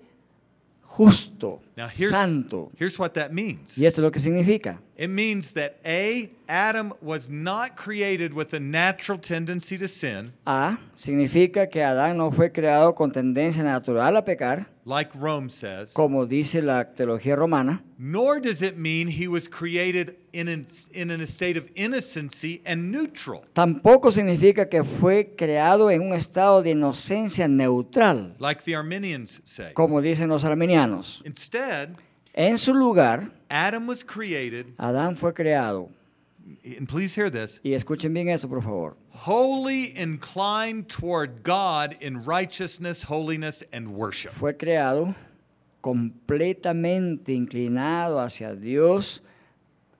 justo, Now here's, santo. here's what that means. Y esto es lo que significa. It means that A, Adam was not created with a natural tendency to sin. A significa que Adán no fue creado con tendencia natural a pecar. like Rome says, como dice la teología romana, nor does it mean he was created in an, in an state of innocency and neutral, tampoco significa que fue creado en un estado de inocencia neutral, like the Arminians say. como dicen los arminianos. Instead, En su lugar, Adam was created, Adán fue creado, and please hear this, y escuchen bien esto por favor, wholly inclined toward God in righteousness, holiness, and worship. fue creado completamente inclinado hacia Dios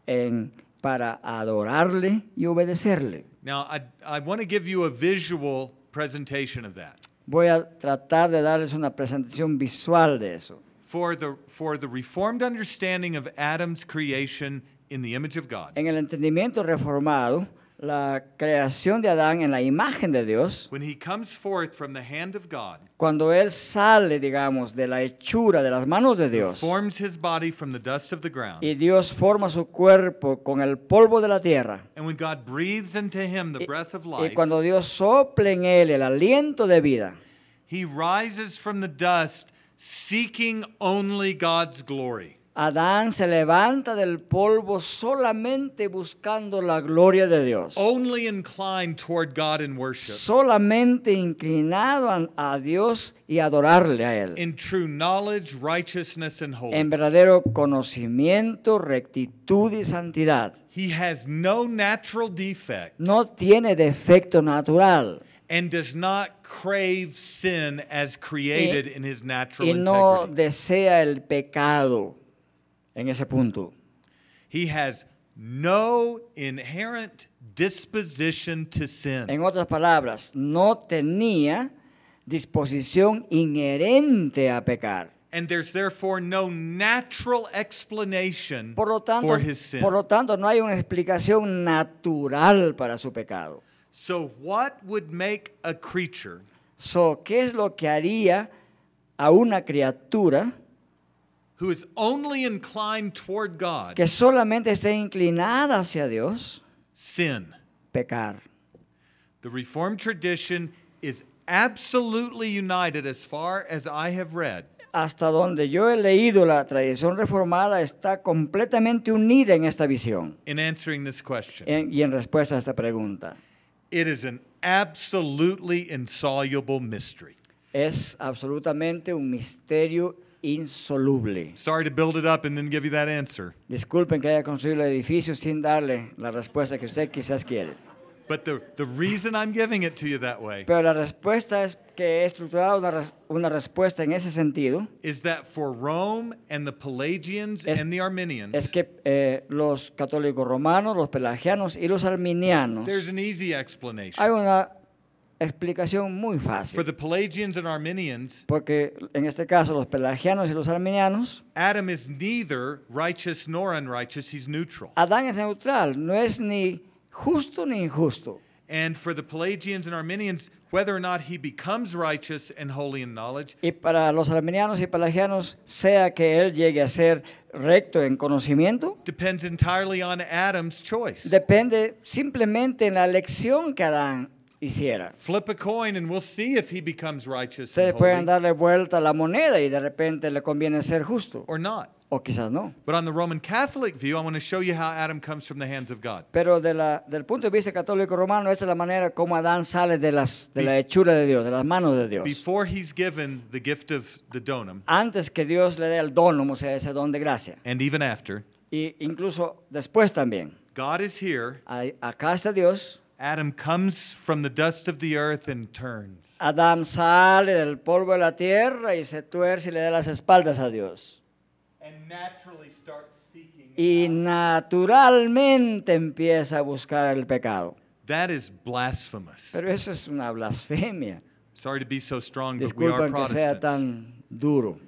en- para adorarle y obedecerle. Now, I, I want to give you a visual presentation of that. Voy a tratar de darles una presentación visual de eso. For the, for the Reformed understanding of Adam's creation in the image of God, En el entendimiento reformado, la creación de Adán en la imagen de Dios, when he comes forth from the hand of God, cuando él sale, digamos, de la hechura de las manos de Dios, forms his body from the dust of the y ground, Dios forma su cuerpo con el polvo de la tierra, and when God breathes into him the y, breath of y life, cuando Dios sopla en él el aliento de vida, he rises from the dust seeking only God's glory. Adán se levanta del polvo solamente buscando la gloria de Dios. only inclined toward God in worship, solamente inclinado a, a Dios y adorarle a Él. in true knowledge, righteousness, and holiness. en verdadero conocimiento, rectitud y santidad. He has no natural defect No tiene defecto natural and does not crave sin as created in his natural Eh, y no integrity. desea el pecado en ese punto. He has no inherent disposition to sin. En otras palabras, no tenía disposición inherente a pecar. and there's therefore no natural explanation Por lo tanto, for his sin. por lo tanto no hay una explicación natural para su pecado. so, what would make a creature So, ¿qué es lo que haría a una criatura who is only inclined toward God que solamente esté inclinada hacia Dios? sin? Pecar. The Reformed tradition is absolutely united, as far as I have read, Hasta donde yo he leído, la tradición reformada está completamente unida en esta visión in answering this question. en- y en respuesta a esta pregunta. it is an absolutely insoluble mystery. Es absolutamente un misterio insoluble. Sorry to build it up and then give you that answer. Disculpen que haya construido el edificio sin darle la respuesta que usted quizás quiere. But the, the reason I'm giving it to you that way Pero la respuesta es que he estructurado una, res- una respuesta en ese sentido. is that for Rome and the Pelagians Es- and the Arminians, Es que eh, los católicos romanos, los pelagianos y los arminianos, there's an easy explanation. hay una explicación muy for the fácil. Pelagians and Arminians, Porque en este caso los pelagianos y los arminianos, Adam is neither righteous nor unrighteous, he's neutral. Adán es neutral, no es ni justo ni injusto. And for the Pelagians and Arminians, whether or not he becomes righteous and holy in knowledge Y para los arminianos y pelagianos, sea que él llegue a ser recto en conocimiento, depends entirely on Adam's choice. depende simplemente en la elección que Adán hiciera. Flip a coin and we'll see if he becomes righteous and Ustedes pueden holy darle vuelta a la moneda y de repente le conviene ser justo, or not. o quizás no. But on the Roman Catholic view, I want to show you how Adam comes from the hands of God. Pero de la- del punto de vista católico romano, esa es la manera como Adán sale de, las, de la hechura de Dios, de las manos de Dios. Before he's given the gift of the donum, Antes que Dios le dé el donum, o sea, ese don de gracia. and even after, Y incluso después también. God is here. A- Acá está Dios. Adam comes from the dust of the earth and turns. Adán sale del polvo de la tierra y se tuerce y le da las espaldas a Dios. And naturally starts seeking. Y naturalmente empieza a buscar el pecado. That is blasphemous. Pero eso es una blasfemia. Sorry to be so strong, but we are Disculpen que sea Protestants. tan duro.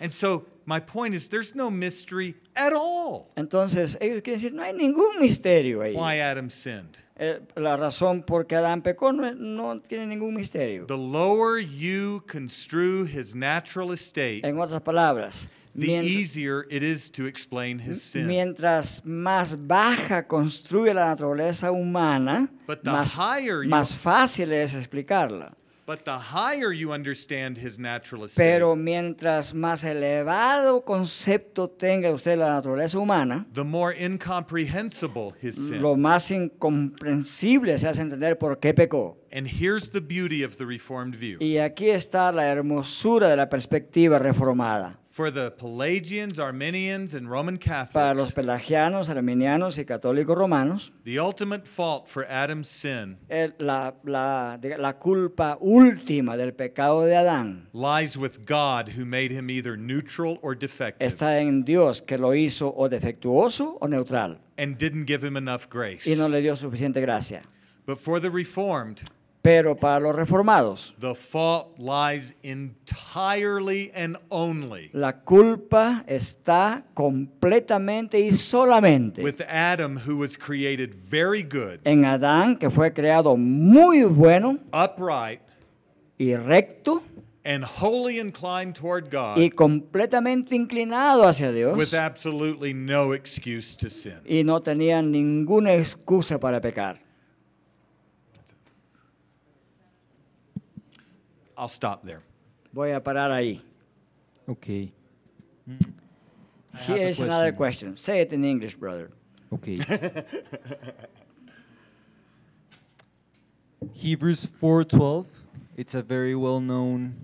And so my point is there's no mystery at all Entonces, ellos quieren decir, no hay ningún misterio ahí. why Adam sinned. Eh, la razón por que Adán pecó no, no tiene ningún misterio. The lower you construe his natural estate, En otras palabras, the mien- easier it is to explain his sin. mientras más baja construye la naturaleza humana, But the más, higher you- más fácil es explicarla. But the higher you understand his natural estate, Pero mientras más elevado concepto tenga usted de la naturaleza humana, the more incomprehensible his sin. lo más incomprensible se hace entender por qué pecó. and here's the beauty of the Reformed view. Y aquí está la hermosura de la perspectiva reformada. For the Pelagians, Arminians, and Roman Para los Catholics, pelagianos, arminianos y católicos romanos, the ultimate fault for Adam's sin el- la, la- diga- la culpa última del pecado de Adán lies with God, who made him either neutral or defective está en Dios, que lo hizo o defectuoso o neutral, and didn't give him enough grace. y no le dio suficiente gracia. But for the Reformed, Pero para los reformados, the fault lies entirely and only la culpa está completamente y solamente with Adam, who was created very good, en Adán, que fue creado muy bueno upright, y recto and wholly inclined toward y God, completamente inclinado hacia Dios with absolutely no excuse to sin. y no tenía ninguna excusa para pecar. I'll stop there. Voy a parar ahí. Okay. Mm, I have a Here is another question. question. Say it in English, brother. Okay. Hebrews 4:12. It's a very well-known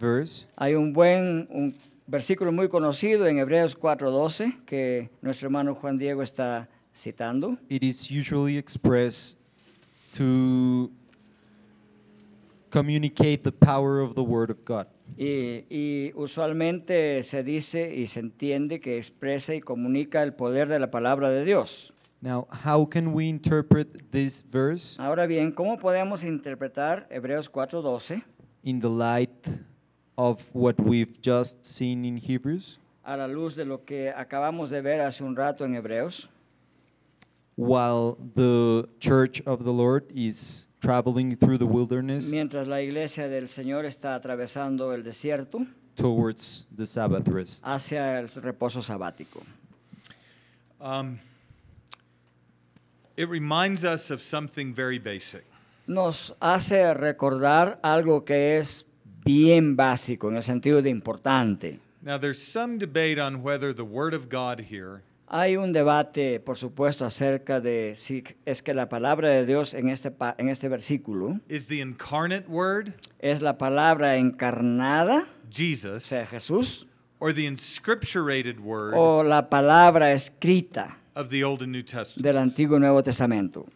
verse. Hay un buen un versículo muy conocido en Hebreos 4:12 que nuestro hermano Juan Diego está citando. It is usually expressed to communicate the power of the word of God. Y, y usualmente se dice y se entiende que expresa y comunica el poder de la palabra de Dios. Now, how can we interpret this verse Ahora bien, ¿cómo podemos interpretar Hebreos 4:12 in the light of what we've just seen in Hebrews? a la luz de lo que acabamos de ver hace un rato en Hebreos? While the church of the Lord is traveling through the wilderness Mientras la iglesia del Señor está atravesando el desierto towards the Sabbath rest. hacia el reposo sabático. Um, it reminds us of something very basic. Nos hace recordar algo que es bien básico en el sentido de importante. Now, there's some debate on whether the Word of God here Hay un debate, por supuesto, acerca de si es que la palabra de Dios en este, pa- en este versículo is the incarnate Word, es la palabra encarnada, o Jesus, sea, Jesús, or the inscripturated Word o la palabra escrita of the Old and New del Testament. Antiguo y Nuevo Testamento.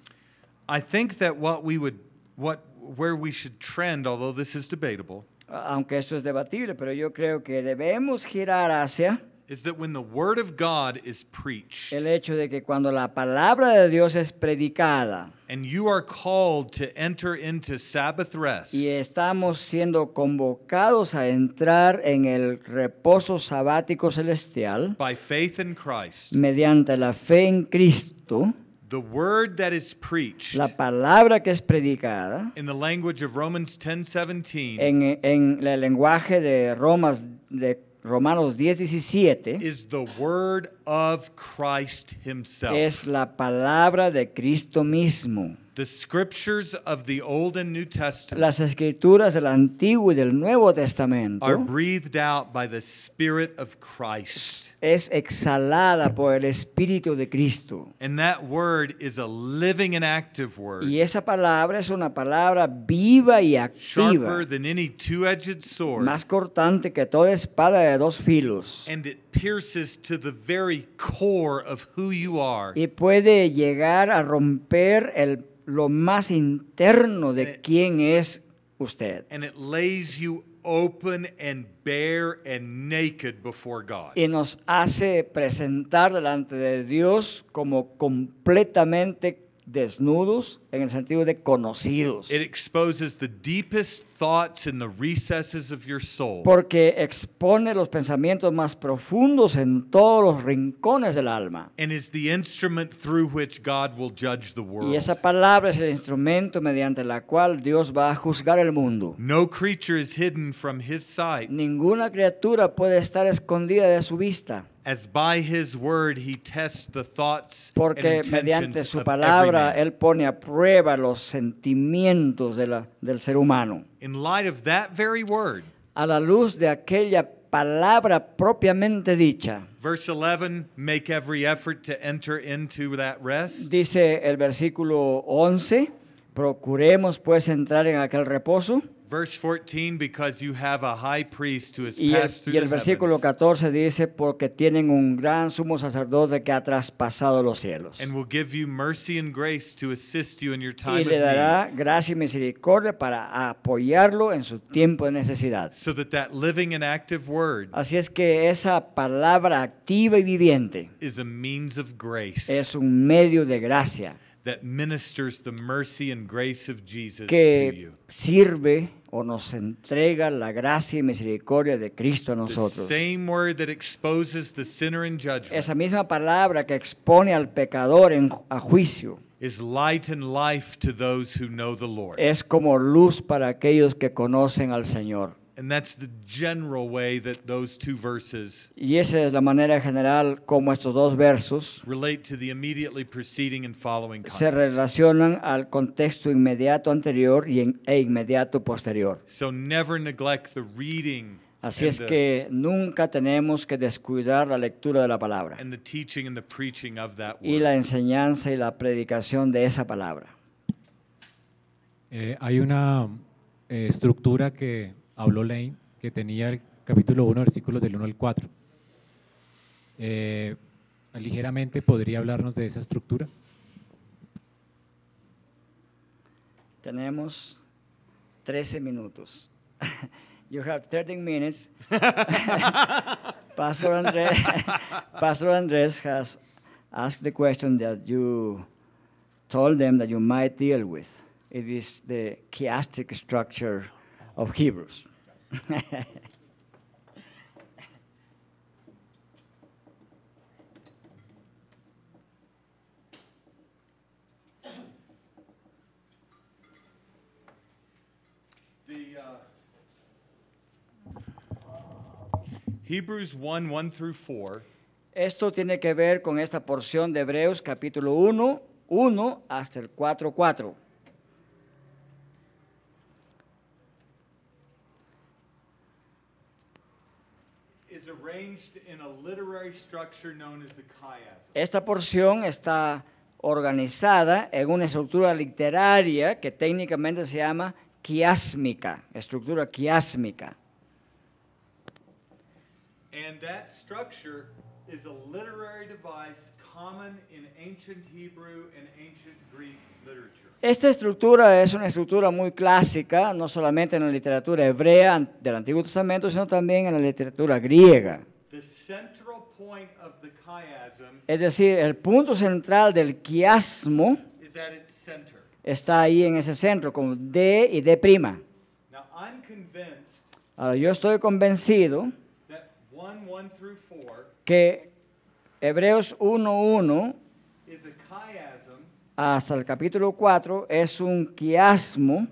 I think that what we would, what, where we should trend, although this is debatable, Aunque esto es debatible, pero yo creo que debemos girar hacia is that when the Word of God is preached el hecho de que cuando la palabra de Dios es predicada and you are called to enter into Sabbath rest, y estamos siendo convocados a entrar en el reposo sabático celestial, by faith in Christ, mediante la fe en Cristo, the Word that is preached la palabra que es predicada, in the language of Romans 10:17 en, en el lenguaje de, Romas, de Romanos 10, 17, is the word of Christ himself. es la palabra de Cristo mismo. The scriptures of the Old and New Testament Las escrituras del Antiguo y del Nuevo are Testamento breathed out by the Spirit of Christ. es exhalada por el Espíritu de Cristo. And that word is a living and active word, Y esa palabra es una palabra viva y activa, sharper than any two-edged sword, más cortante que toda espada de dos filos. and it pierces to the very core of who you are. y puede llegar a romper el, lo más interno de Eh. quién es usted. And it lays you open and bare and naked before God. Y nos hace presentar delante de Dios como completamente desnudos en el sentido de conocidos. It exposes the deepest thoughts in the recesses of your soul. Porque expone los pensamientos más profundos en todos los rincones del alma. and is the instrument through which God will judge the world. Y esa palabra es el instrumento mediante la cual Dios va a juzgar el mundo. no creature is hidden from his sight, Ninguna criatura puede estar escondida de su vista. as by his word he tests the thoughts and Porque intentions mediante su of every palabra man. Él pone a prueba los sentimientos de la- del ser humano. In light of that very word, A la luz de aquella palabra propiamente dicha, verse 11, make every effort to enter into that rest. dice el versículo 11, procuremos pues entrar en aquel reposo. Verse 14, because you have a high priest who has Y el, passed through y el the versículo heavens 14 dice, porque tienen un gran sumo sacerdote que ha traspasado los cielos. and will give you mercy and grace to assist you in your Y time le of dará need. gracia y misericordia para apoyarlo en su tiempo de necesidad. So that that living and active word Así es que esa palabra activa y viviente is a means of grace es un medio de gracia that ministers the mercy and grace of Jesus to que you. sirve o nos entrega la gracia y misericordia de Cristo a The nosotros. same word that exposes the sinner in judgment Esa misma palabra que expone al pecador en ju- a juicio is light and life to those who know the Lord. es como luz para aquellos que conocen al Señor. And that's the general way that those two verses Y esa es la manera general como estos dos versos relate to the immediately preceding and following se context. relacionan al contexto inmediato anterior y en- e inmediato posterior. So never neglect the reading Así and, es the, que nunca tenemos que descuidar la lectura de la palabra and the teaching and the preaching of that y word. la enseñanza y la predicación de esa palabra. Eh, hay una eh, estructura que habló Lane que tenía el capítulo 1, versículos del 1 al 4. Eh, ligeramente podría hablarnos de esa estructura. Tenemos 13 minutos. You have 13 minutes. Pastor Andrés, Pastor Andrés has asked the question that you told them that you might deal with. It is the chiastic structure of Hebrews. The, uh, Hebrews 1 1 through 4 Esto tiene que ver con esta porción de Hebreos capítulo 1, 1 hasta el 4, 4. is arranged in a literary structure known as a chiasm. Esta porción está organizada en una estructura literaria que técnicamente se llama quiásmica, estructura quiásmica. And that structure is a literary device common in ancient Hebrew and ancient Greek literature. Esta estructura es una estructura muy clásica, no solamente en la literatura hebrea an- del Antiguo Testamento, sino también en la literatura griega. The central point of the chiasm Es decir, el punto central del quiasmo is at its center. está ahí en ese centro, con D y D'. Now, I'm convinced Ahora, yo estoy convencido that 1 1 through 4 que Hebreos 1.1 is a chiasm hasta el capítulo 4 es un quiasmo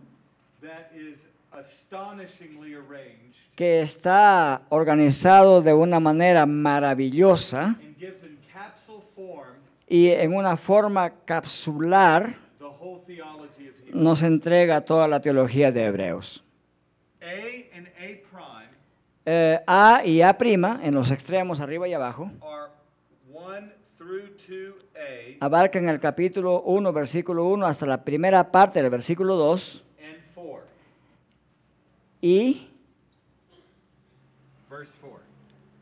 that is astonishingly arranged que está organizado de una manera maravillosa and gives in capsule form y en una forma capsular the whole theology of Hebrew. nos entrega toda la teología de Hebreos. A and A prime Eh, A y A' en los extremos arriba y abajo are 1 through 2A abarcan el capítulo 1, versículo 1 hasta la primera parte del versículo 2 and 4. y, Verse 4.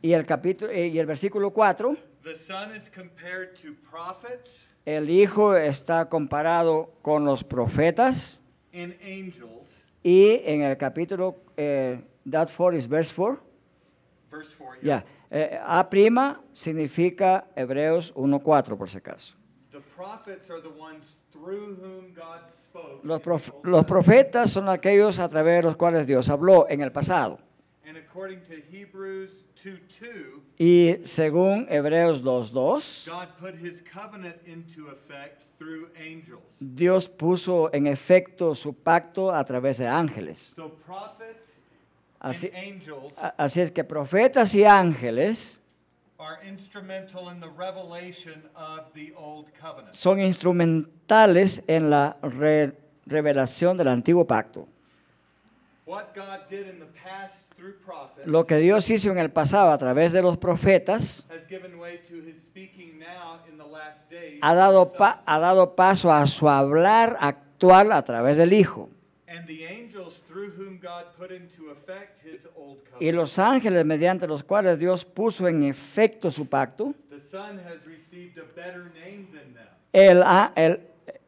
y, el, capítulo, eh, y el versículo 4. The Son is compared to prophets El Hijo está comparado con los profetas. and angels. Y en el capítulo, eh, that 4 is verse 4. Verse 4. yeah. Ya, eh, A prima significa Hebreos 1.4 por si acaso. The prophets are the ones through whom God spoke. Los, in the prof- Old los Testament. profetas son aquellos a través de los cuales Dios habló en el pasado. And according to Hebrews 2 2, Y según Hebreos 2.2, God put his covenant into effect through angels. Dios puso en efecto su pacto a través de ángeles. So prophets Así, and angels Uh, a- así es que profetas y ángeles are instrumental in the revelation of the old covenant. son instrumentales en la re- revelación del antiguo pacto. What God did in the past through prophets Lo que Dios hizo en el pasado a través de los profetas has given way to his speaking now in the last days. ha through dado, His pa- Son. ha dado paso a su hablar actual a través del Hijo. and the angels through whom God put into effect his old covenant. Y los ángeles mediante los cuales Dios puso en efecto su pacto, The Son has received a better name than them. el, a- el-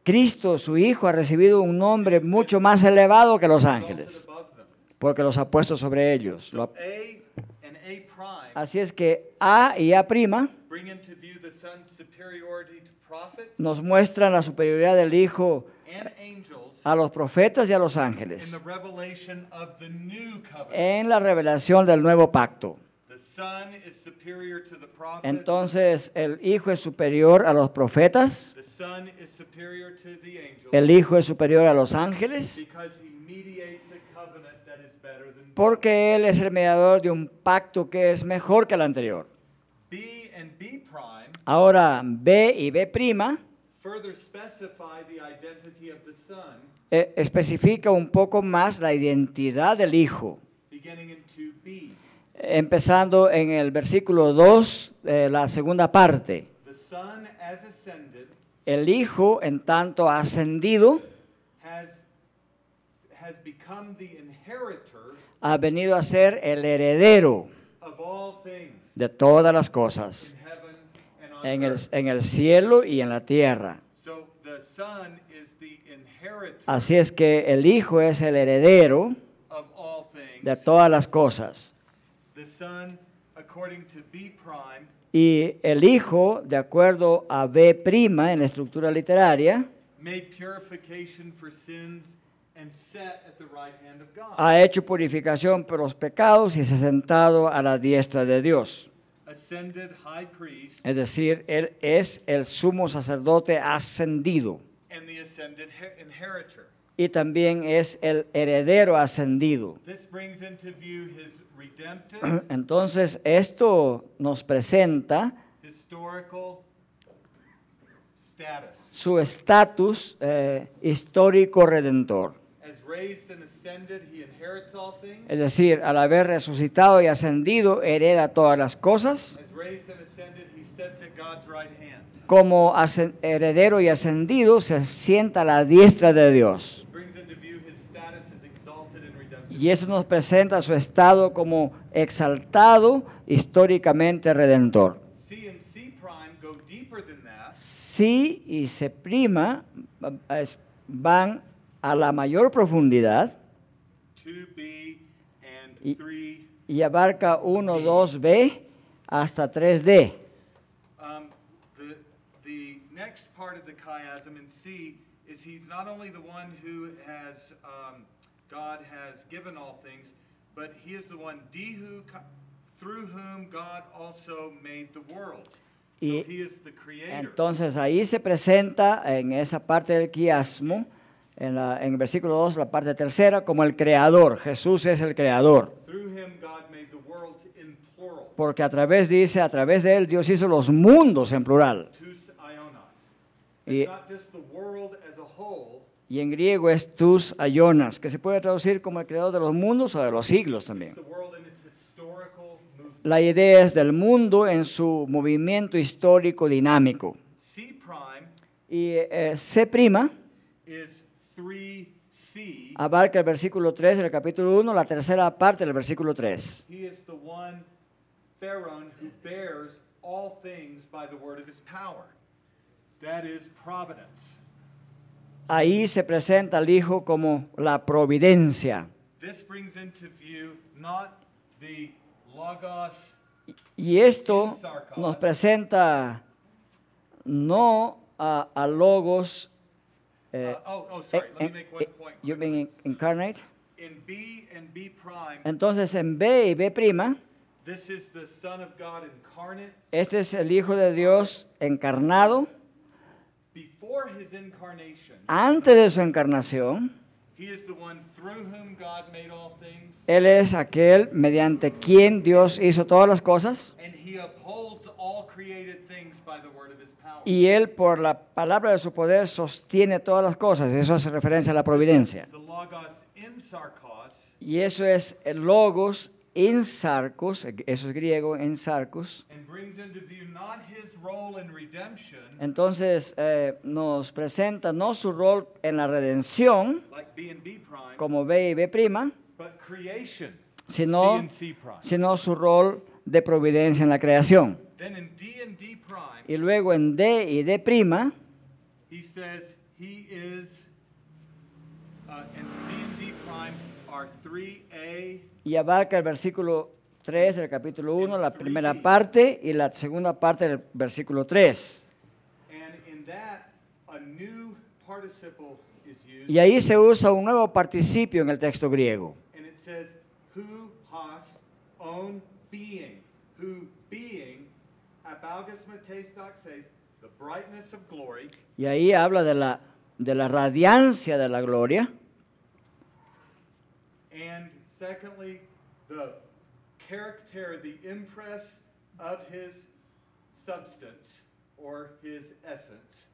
Cristo, su Hijo, ha recibido un nombre mucho más elevado que los exalted ángeles, above them. porque los ha puesto sobre ellos. Lo So ha- A and A prime Así es que A y A' bring into view the Son's superiority to prophets nos muestran la superioridad del Hijo and angels a los profetas y a los ángeles in the revelation of the new covenant. en la revelación del nuevo pacto. The Son is superior to the prophets. Entonces el Hijo es superior a los profetas, the Son is superior to the angels el Hijo es superior a los ángeles, because he mediates a covenant that is better than porque Él es el mediador de un pacto que es mejor que el anterior. B and B prime Ahora B y B' further specify the identity of the Son eh, especifica un poco más la identidad del Hijo, beginning in 2b. empezando en el versículo 2, de la segunda parte. The Son, as ascended, El Hijo, en tanto ha ascendido, has, has become the inheritor ha venido a ser el heredero of all things de todas las cosas, in heaven and on en el, earth. en el cielo y en la tierra. So the Son is the inheritor Así es que el Hijo es el heredero of all things. de todas las cosas. the Son, according to B prime, Y el Hijo, de acuerdo a B' en la estructura literaria, made purification for sins and sat at the right hand of God. ha hecho purificación por los pecados y se ha sentado a la diestra de Dios. Ascended high priest Es decir, Él es el sumo sacerdote ascendido and the ascended he- inheritor. y también es el heredero ascendido. This brings into view his redemptive, Entonces, esto nos presenta historical status su estatus eh, histórico redentor. as raised and ascended he inherits all things Es decir, al haber resucitado y ascendido, hereda todas las cosas. as raised and ascended he sits at god's right hand Como ascen- heredero y ascendido, se sienta a la diestra de Dios. brings into view his status as exalted and redemptive Y eso nos presenta su estado como exaltado, históricamente redentor. c and c prime go deeper than that Sí y se prima va- es- van a la mayor profundidad 2b and Y- 3 y abarca 1, 2b hasta 3d. um, the, the next part of the chiasm in c is he's not only the one who has um, god has given all things but he is the one D who, co- through whom god also made the world so Y- he is the creator Entonces ahí se presenta en esa parte del quiasmo, en, la- en el versículo 2, la parte tercera, como el creador. Jesús es el creador. Through him, God made the world in plural. Porque a través, dice, a través de él Dios hizo los mundos en plural. Tous ionos. Y, It's not just the world as a whole, y en griego es tus ayonas, que se puede traducir como el creador de los mundos o de los siglos it's también. the world in its historical movement. La idea es del mundo en su movimiento histórico dinámico. C prime Y eh, C' is 3C. abarca el versículo 3 del capítulo 1, la tercera parte del versículo 3. He is the one, Pharaoh, who bears all things by the word of his power. That is providence. Ahí se presenta al Hijo como la providencia. This brings into view not the logos, Y esto nos presenta no a, a Logos. eh, Uh, oh, oh, sorry, let me en- make one en- point you've been in- incarnate. in B and B prime, Entonces en B y B', This is the Son of God incarnate. este es el Hijo de Dios encarnado. Before his incarnation, Antes de su encarnación, he is the one through whom God made all Eh. things, Él es aquel mediante quien Dios hizo todas las cosas and he upholds all created things by the word of his power. Y Él por la palabra de su poder sostiene todas las cosas. Eso hace referencia a la providencia. The Logos in Sarkos Y eso es el logos en sarcos, eh, eso es griego, en sarcos. and brings into view not his role in redemption, Entonces eh, nos presenta no su rol en la redención like B and B prime, como B y B prima, but creation, C sino, and C prime. sino su rol de providencia en la creación. Then in D and D prime, Y luego en D y D prima, He says he is, uh, and D and D prime are 3A y abarca el versículo 3 del capítulo 1, la primera parte, y la segunda parte del versículo 3. And in that, a new participle is used. Y ahí se usa un nuevo participio en el texto griego. And it says, who has own being, who being, abaugus mates doxes, the brightness of glory, Y ahí habla de la, de la radiancia de la gloria and secondly, the character, the impress of his substance or his essence.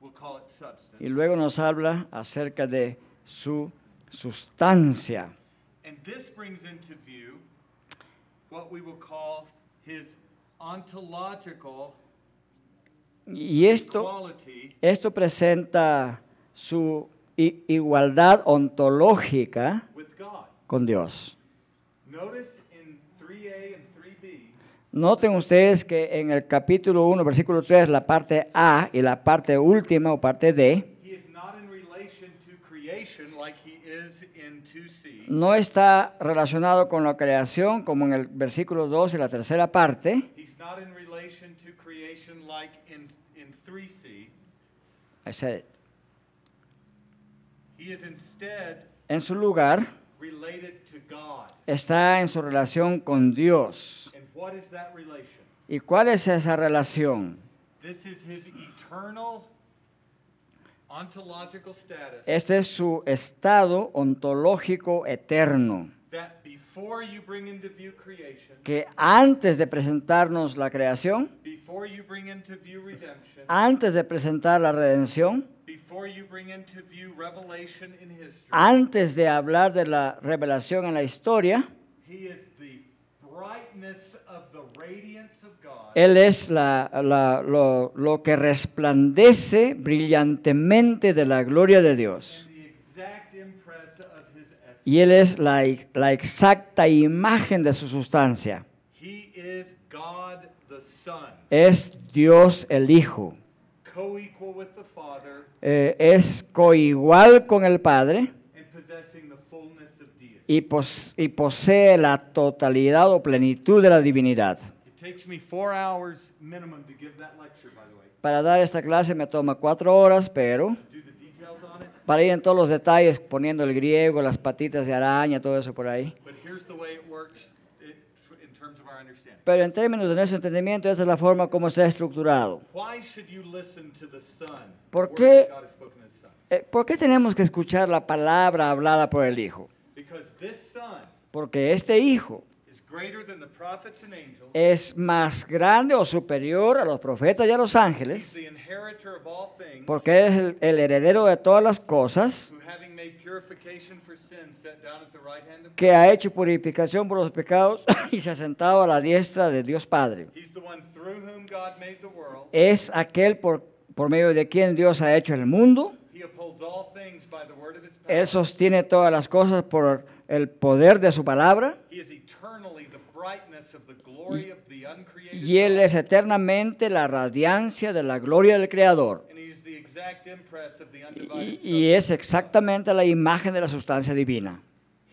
We'll call it substance. y luego nos habla acerca de su sustancia. And this brings into view what we will call his ontological Y esto, quality esto presenta su i- igualdad ontológica with God. con Dios. Notice in 3a and 3b Noten ustedes que en el capítulo 1, versículo 3, la parte A y la parte última o parte D, he is not in relation to creation like he is in 2c no está relacionado con la creación como en el versículo 2 y la tercera parte, he's not in relation to creation like in in 3c I said it. he is instead en su lugar related to god está en su relación con Dios. and what is that relation ¿Y cuál es esa relación? this is his eternal ontological status Este es su estado ontológico eterno, that before you bring into view creation, que antes de presentarnos la creación, before you bring into view redemption, antes de presentar la redención, before you bring into view revelation in history, antes de hablar de la revelación en la historia, he is the brightness of the radiance of God, Él es la- la- lo, lo que resplandece brillantemente de la gloria de Dios. and the exact impress of his essence. Y Él es la, la exacta imagen de su sustancia. He is God the Son, Es Dios el Hijo. co-equal with the Father Eh, es coigual con el Padre and possessing the fullness of deity. y, pos- y posee la totalidad o plenitud de la divinidad. It takes me four hours minimum to give that lecture, by the way. Para dar esta clase me toma cuatro horas, pero Do the details on it. para ir en todos los detalles, poniendo el griego, las patitas de araña, todo eso por ahí. But here's the way it works it, in terms of our understanding. Pero en términos de nuestro entendimiento, esa es la forma como está estructurado. Why should you listen to the Son? ¿Por the qué? words God has spoken to the Son. Eh, ¿Por qué tenemos que escuchar la palabra hablada por el Hijo? Because this Son Porque este Hijo is greater than the prophets and angels. es más grande o superior a los profetas y a los He's ángeles, the inheritor of all things. porque es el, el heredero de todas las cosas, Who, having made purification for sin, sat down at the right hand of que ha hecho purificación por los pecados y se ha sentado a la diestra de Dios Padre. He's the one through whom God made the world. Es aquel por, por medio de quien Dios ha hecho el mundo. He upholds all things by the word of his power. Él sostiene todas las cosas por el poder de su palabra. He is eternally the brightness of the glory of the uncreated. Y Él God. es eternamente la radiancia de la gloria del Creador. And he's the exact impress of the undivided Y, y es substance. exactamente la imagen de la sustancia divina.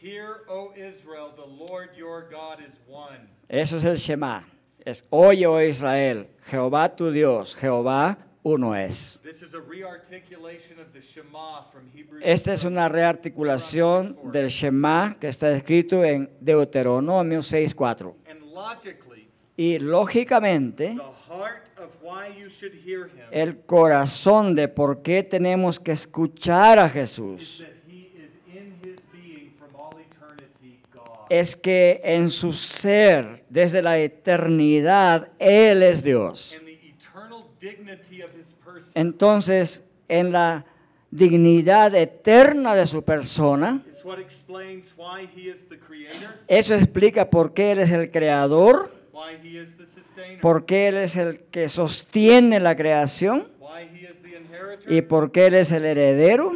Hear, O Israel, the Lord your God is one. Eso es el Shema. Es, Oye, oh Israel, Jehová tu Dios, Jehová uno es. This is a rearticulation of the Shema from Hebrews. Esta es una rearticulación del Shema que está escrito en Deuteronomio 6.4. And logically, Y lógicamente, the heart of why you should hear him el corazón de por qué tenemos que escuchar a is Jesús that he is in his being from all eternity God. es que en su ser, desde la eternidad, Él es Dios. and the eternal dignity of his person Entonces, en la dignidad eterna de su persona, is what explains why he is the creator, eso explica por qué Él es el creador, why he is the sustainer, por qué Él es el que sostiene la creación why he is the inheritor, y por qué Él es el heredero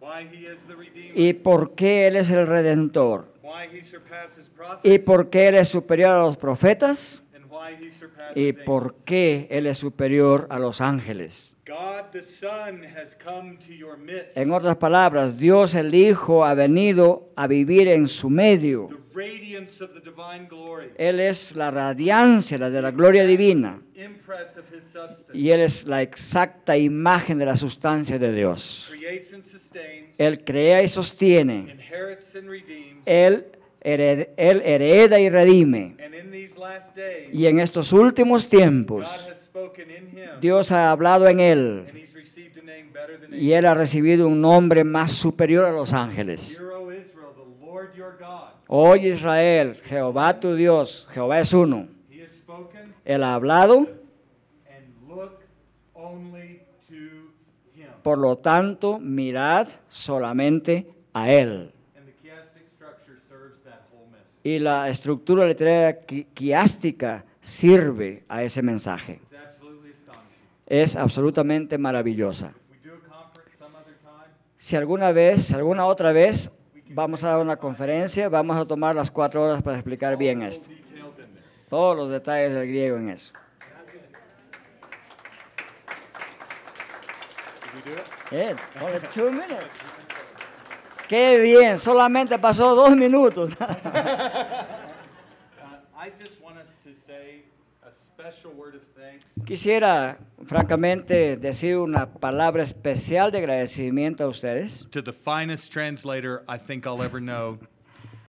why he is the redeemer, y por qué Él es el redentor why he surpasses y prophets, por qué Él es superior a los profetas and why he surpasses y angels. por qué Él es superior a los ángeles. God the Son has come to your midst. En otras palabras, Dios el Hijo ha venido a vivir en su medio. the radiance of the divine glory, Él es la radiancia, la de la gloria divina. impress of his substance, Y Él es la exacta imagen de la sustancia de Dios. creates and sustains, Él crea y sostiene. inherits and redeems, Él, hered- él hereda y redime. and in these last days, Y en estos últimos tiempos, God has spoken in him, Dios ha hablado en and Él. he's received a name better than Y Él ha recibido un nombre más superior a los ángeles. Hear, O Israel, the Lord your God, Oye Israel, Jehová tu Dios, Jehová es uno. he has spoken, Él ha hablado, and look only to him. por lo tanto, mirad solamente a Él. and the chiastic structure serves that whole message. Y la estructura literaria qui- quiástica sirve a ese mensaje. It's absolutely astonishing. Es absolutamente maravillosa. If we do a conference some other time, Si alguna vez, si alguna otra vez, vamos a dar una conferencia, vamos a tomar las cuatro horas para explicar bien all the esto. little details in there. Todos los detalles del griego en eso. Did we do it? Eh, only two minutes. Qué bien, solamente pasó dos minutos. Uh, I just want us to say a special word of thanks Quisiera, francamente, decir una palabra especial de agradecimiento a ustedes. to the finest translator I think I'll ever know,